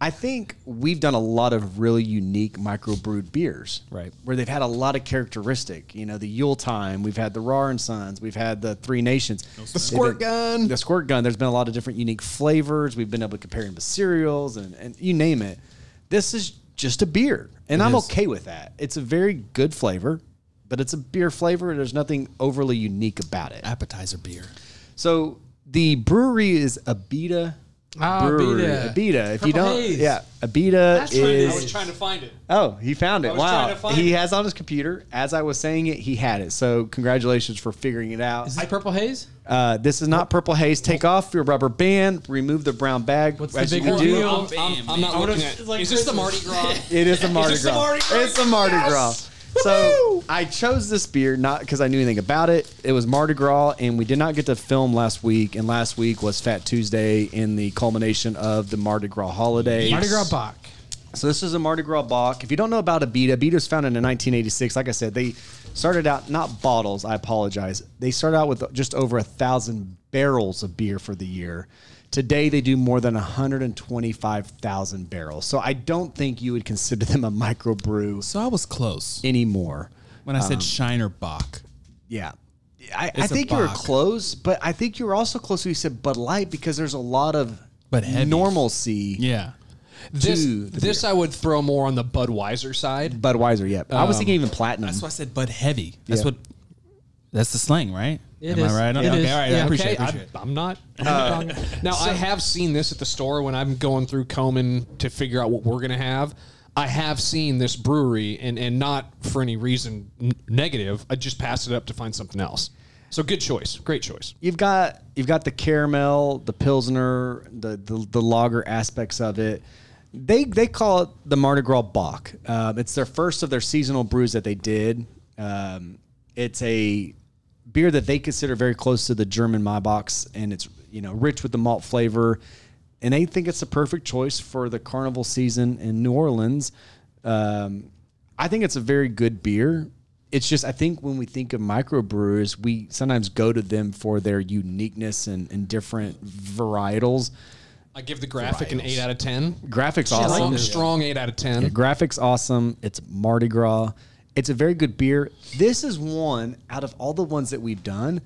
[SPEAKER 4] I think we've done a lot of really unique microbrewed beers,
[SPEAKER 2] Right.
[SPEAKER 4] Where they've had a lot of characteristic. You know, the Yule Time, we've had the Rar and Sons, we've had the Three Nations, the
[SPEAKER 5] squirt gun.
[SPEAKER 4] the squirt gun. There's been a lot of different unique flavors. We've been able to compare them to cereals and and you name it. This is just a beer, and I'm
[SPEAKER 2] is.
[SPEAKER 4] okay with that. It's a very good flavor, but it's a beer flavor. There's nothing overly unique about it.
[SPEAKER 2] Appetizer beer.
[SPEAKER 4] So the brewery is Abita
[SPEAKER 3] Ah,
[SPEAKER 4] brewery.
[SPEAKER 3] Abita.
[SPEAKER 4] Abita. If you
[SPEAKER 3] Purple
[SPEAKER 4] don't,
[SPEAKER 3] Haze.
[SPEAKER 4] yeah, Abita
[SPEAKER 3] That's what it
[SPEAKER 4] is.
[SPEAKER 5] I was trying to find it.
[SPEAKER 4] Oh, he found it.
[SPEAKER 5] was
[SPEAKER 4] Wow.
[SPEAKER 5] trying to find
[SPEAKER 4] He
[SPEAKER 5] it.
[SPEAKER 4] has on his computer. As I was saying it, he had it. So congratulations for figuring it out.
[SPEAKER 3] Is this purple haze?
[SPEAKER 4] Uh, this is not purple haze. Take off your rubber band. Remove the brown bag.
[SPEAKER 3] What's the
[SPEAKER 4] as
[SPEAKER 3] big
[SPEAKER 4] you do.
[SPEAKER 3] reveal?
[SPEAKER 5] I'm, I'm- I'm not looking at.
[SPEAKER 3] like
[SPEAKER 5] is this the Mardi
[SPEAKER 3] Christmas.
[SPEAKER 5] Gras?
[SPEAKER 4] It is a Mardi
[SPEAKER 5] this the
[SPEAKER 4] Gras.
[SPEAKER 5] Mardi Gras?
[SPEAKER 4] It's a Mardi Gras. So I chose this beer not because I knew anything about it. It was Mardi Gras, and we did not get to film last week. And last week was Fat Tuesday in the culmination of the Mardi Gras holiday.
[SPEAKER 3] Mardi Gras Bach.
[SPEAKER 4] So this is a Mardi Gras Bach. If you don't know about Abita, Abita was founded in 1986. Like I said, they started out not bottles. I apologize. They started out with just over a thousand barrels of beer for the year. Today they do more than 125,000 barrels. So I don't think you would consider them a microbrew
[SPEAKER 2] So I was close
[SPEAKER 4] anymore.
[SPEAKER 2] when I said Shiner Bach.
[SPEAKER 4] Yeah. I, I
[SPEAKER 2] It's a
[SPEAKER 4] think you were
[SPEAKER 2] Bach.
[SPEAKER 4] close, but I think you were also close when you said Bud Light because there's a lot of
[SPEAKER 2] But heavy.
[SPEAKER 4] normalcy.
[SPEAKER 2] Yeah.
[SPEAKER 5] This,
[SPEAKER 4] to the
[SPEAKER 5] this I would throw more on the Budweiser side.
[SPEAKER 4] Budweiser, yeah. I
[SPEAKER 2] Um,
[SPEAKER 4] was thinking even platinum.
[SPEAKER 2] That's why I said Bud Heavy. That's
[SPEAKER 4] Yeah.
[SPEAKER 2] what. That's the slang, right?
[SPEAKER 3] It
[SPEAKER 2] Am
[SPEAKER 3] is.
[SPEAKER 2] I right? on
[SPEAKER 3] It
[SPEAKER 2] that? okay,
[SPEAKER 3] is.
[SPEAKER 2] all right. I
[SPEAKER 3] Yeah.
[SPEAKER 2] appreciate it.
[SPEAKER 5] I'm-
[SPEAKER 2] Appreciate it.
[SPEAKER 5] I'm, not. I'm not talking- now I have seen this at the store when I'm going through Komen to figure out what we're gonna have. I have seen this brewery, and and not for any reason n- negative. I just passed it up to find something else. So good choice, great choice.
[SPEAKER 4] you've got you've got the caramel, the pilsner, the the, the lager aspects of it. They they call it the Mardi Gras Bach. Um, it's their first of their seasonal brews that they did. Um, it's a beer that they consider very close to the German Maibox, and it's you know rich with the malt flavor. And they think it's the perfect choice for the carnival season in New Orleans. Um, I think it's a very good beer. It's just I think when we think of microbrewers, we sometimes go to them for their uniqueness and, and different varietals.
[SPEAKER 5] I give the graphic an eight out of ten.
[SPEAKER 4] Graphics
[SPEAKER 5] Strong,
[SPEAKER 4] awesome.
[SPEAKER 5] strong eight out of ten.
[SPEAKER 4] Graphics awesome. It's Mardi Gras. It's a very good beer. This is one out of all the ones that we've done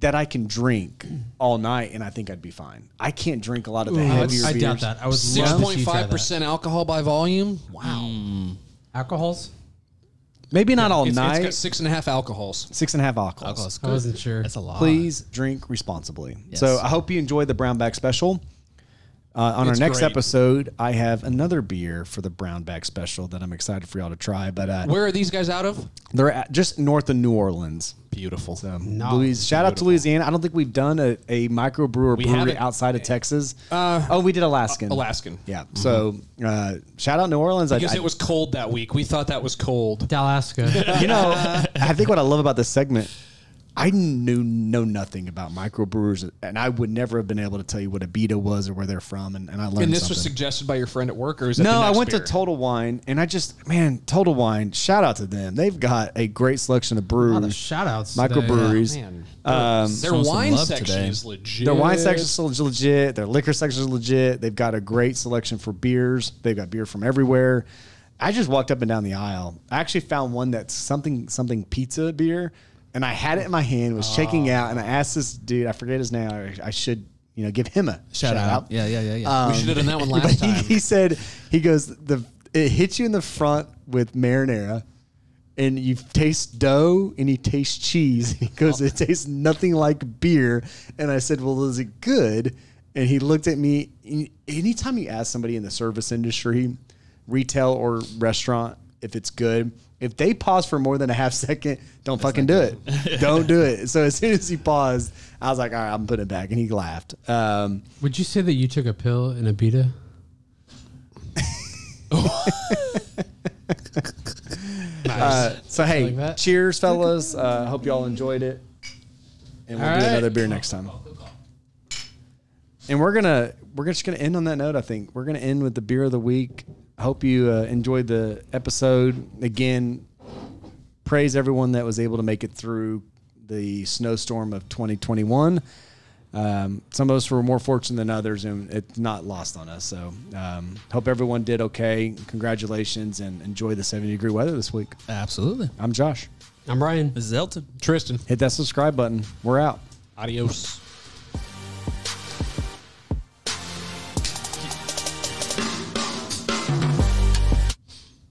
[SPEAKER 4] that I can drink all night and I think I'd be fine. I can't drink a lot of the heavier
[SPEAKER 3] I
[SPEAKER 4] beers.
[SPEAKER 3] doubt that. I would
[SPEAKER 5] Six
[SPEAKER 3] love to
[SPEAKER 5] point
[SPEAKER 3] see you try
[SPEAKER 5] five
[SPEAKER 3] that.
[SPEAKER 5] percent alcohol by volume. Wow,
[SPEAKER 3] Alcohols?
[SPEAKER 4] Maybe not all
[SPEAKER 5] it's, it's
[SPEAKER 4] night.
[SPEAKER 5] got six and a half alcohols.
[SPEAKER 4] six and a half alcohols.
[SPEAKER 2] Alcohol's
[SPEAKER 3] I wasn't sure.
[SPEAKER 2] That's a lot.
[SPEAKER 4] Please drink responsibly. So I hope you enjoyed the brown bag special. Uh, on
[SPEAKER 5] It's
[SPEAKER 4] our next
[SPEAKER 5] great.
[SPEAKER 4] episode, I have another beer for the brown bag special that I'm excited for y'all to try. But uh,
[SPEAKER 5] Where are these guys out of?
[SPEAKER 4] they're at, just north of New Orleans.
[SPEAKER 5] Beautiful.
[SPEAKER 4] So, Louis, shout out to Louisiana. I don't think we've done a, a microbrewer brewery
[SPEAKER 5] haven't. Eh, uh,
[SPEAKER 4] outside of Texas. oh, we did Alaskan.
[SPEAKER 5] Alaskan. Mm-hmm.
[SPEAKER 4] Yeah. So uh, shout out New Orleans. I,
[SPEAKER 5] Because
[SPEAKER 4] I-
[SPEAKER 5] it was cold that week. We thought that was cold.
[SPEAKER 3] Alaska.
[SPEAKER 4] you know, I think what I love about this segment, I knew know nothing about microbrewers, and I would never have been able to tell you what a Beta was or where they're from, and, and I learned
[SPEAKER 5] And this
[SPEAKER 4] something.
[SPEAKER 5] was suggested by your friend at work, or is that
[SPEAKER 4] no,
[SPEAKER 5] the
[SPEAKER 4] I
[SPEAKER 5] next
[SPEAKER 4] went
[SPEAKER 5] beer?
[SPEAKER 4] to Total Wine, and I just man, Total Wine. Shout out to them. They've got a great selection of brews,
[SPEAKER 3] lot of shout-outs today.
[SPEAKER 4] microbreweries.
[SPEAKER 5] Oh, Man,
[SPEAKER 2] Their
[SPEAKER 4] Um,
[SPEAKER 5] their wine
[SPEAKER 2] love
[SPEAKER 5] section
[SPEAKER 2] today.
[SPEAKER 5] is legit.
[SPEAKER 4] Their wine section is legit. Their liquor section is legit. They've got a great selection for beers. They've got beer from everywhere. I just walked up and down the aisle. I actually found one that's something something pizza beer, and I had it in my hand, was checking
[SPEAKER 2] Oh.
[SPEAKER 4] out, and I asked this dude. I forget his name. I, I should you know give him a
[SPEAKER 2] Shout, out. Yeah, yeah, yeah, yeah.
[SPEAKER 5] We should have done that one
[SPEAKER 4] But
[SPEAKER 5] last
[SPEAKER 4] he,
[SPEAKER 5] time.
[SPEAKER 4] he said he goes the it hits you in the front with marinara. And you taste dough and you taste cheese. He goes, It tastes nothing like beer. And I said, Well, is it good? And he looked at me. Any- Anytime you ask somebody in the service industry, retail or restaurant, if it's good, if they pause for more than a half second, don't fucking do it. don't do it. So as soon as he paused, I was like, All right, I'm putting it back. And he laughed. Um,
[SPEAKER 3] would you say that you took a pill in Abita?
[SPEAKER 4] Uh, so hey,
[SPEAKER 3] Like that?
[SPEAKER 4] cheers, fellas. Uh, hope y'all enjoyed it, and we'll
[SPEAKER 3] All
[SPEAKER 4] do
[SPEAKER 3] right.
[SPEAKER 4] another beer next time. And we're gonna we're just gonna end on that note. I think we're gonna end with the beer of the week. I hope you uh, enjoyed the episode. Again, praise everyone that was able to make it through the snowstorm of 2021. Um, some of us were more fortunate than others, and it's not lost on us. So, um, hope everyone did okay. Congratulations, and enjoy the 70 degree weather this week.
[SPEAKER 2] Absolutely.
[SPEAKER 4] I'm Josh.
[SPEAKER 3] I'm Ryan.
[SPEAKER 2] This is Elton.
[SPEAKER 5] Tristan,
[SPEAKER 4] Hit that subscribe button. We're out.
[SPEAKER 5] adios.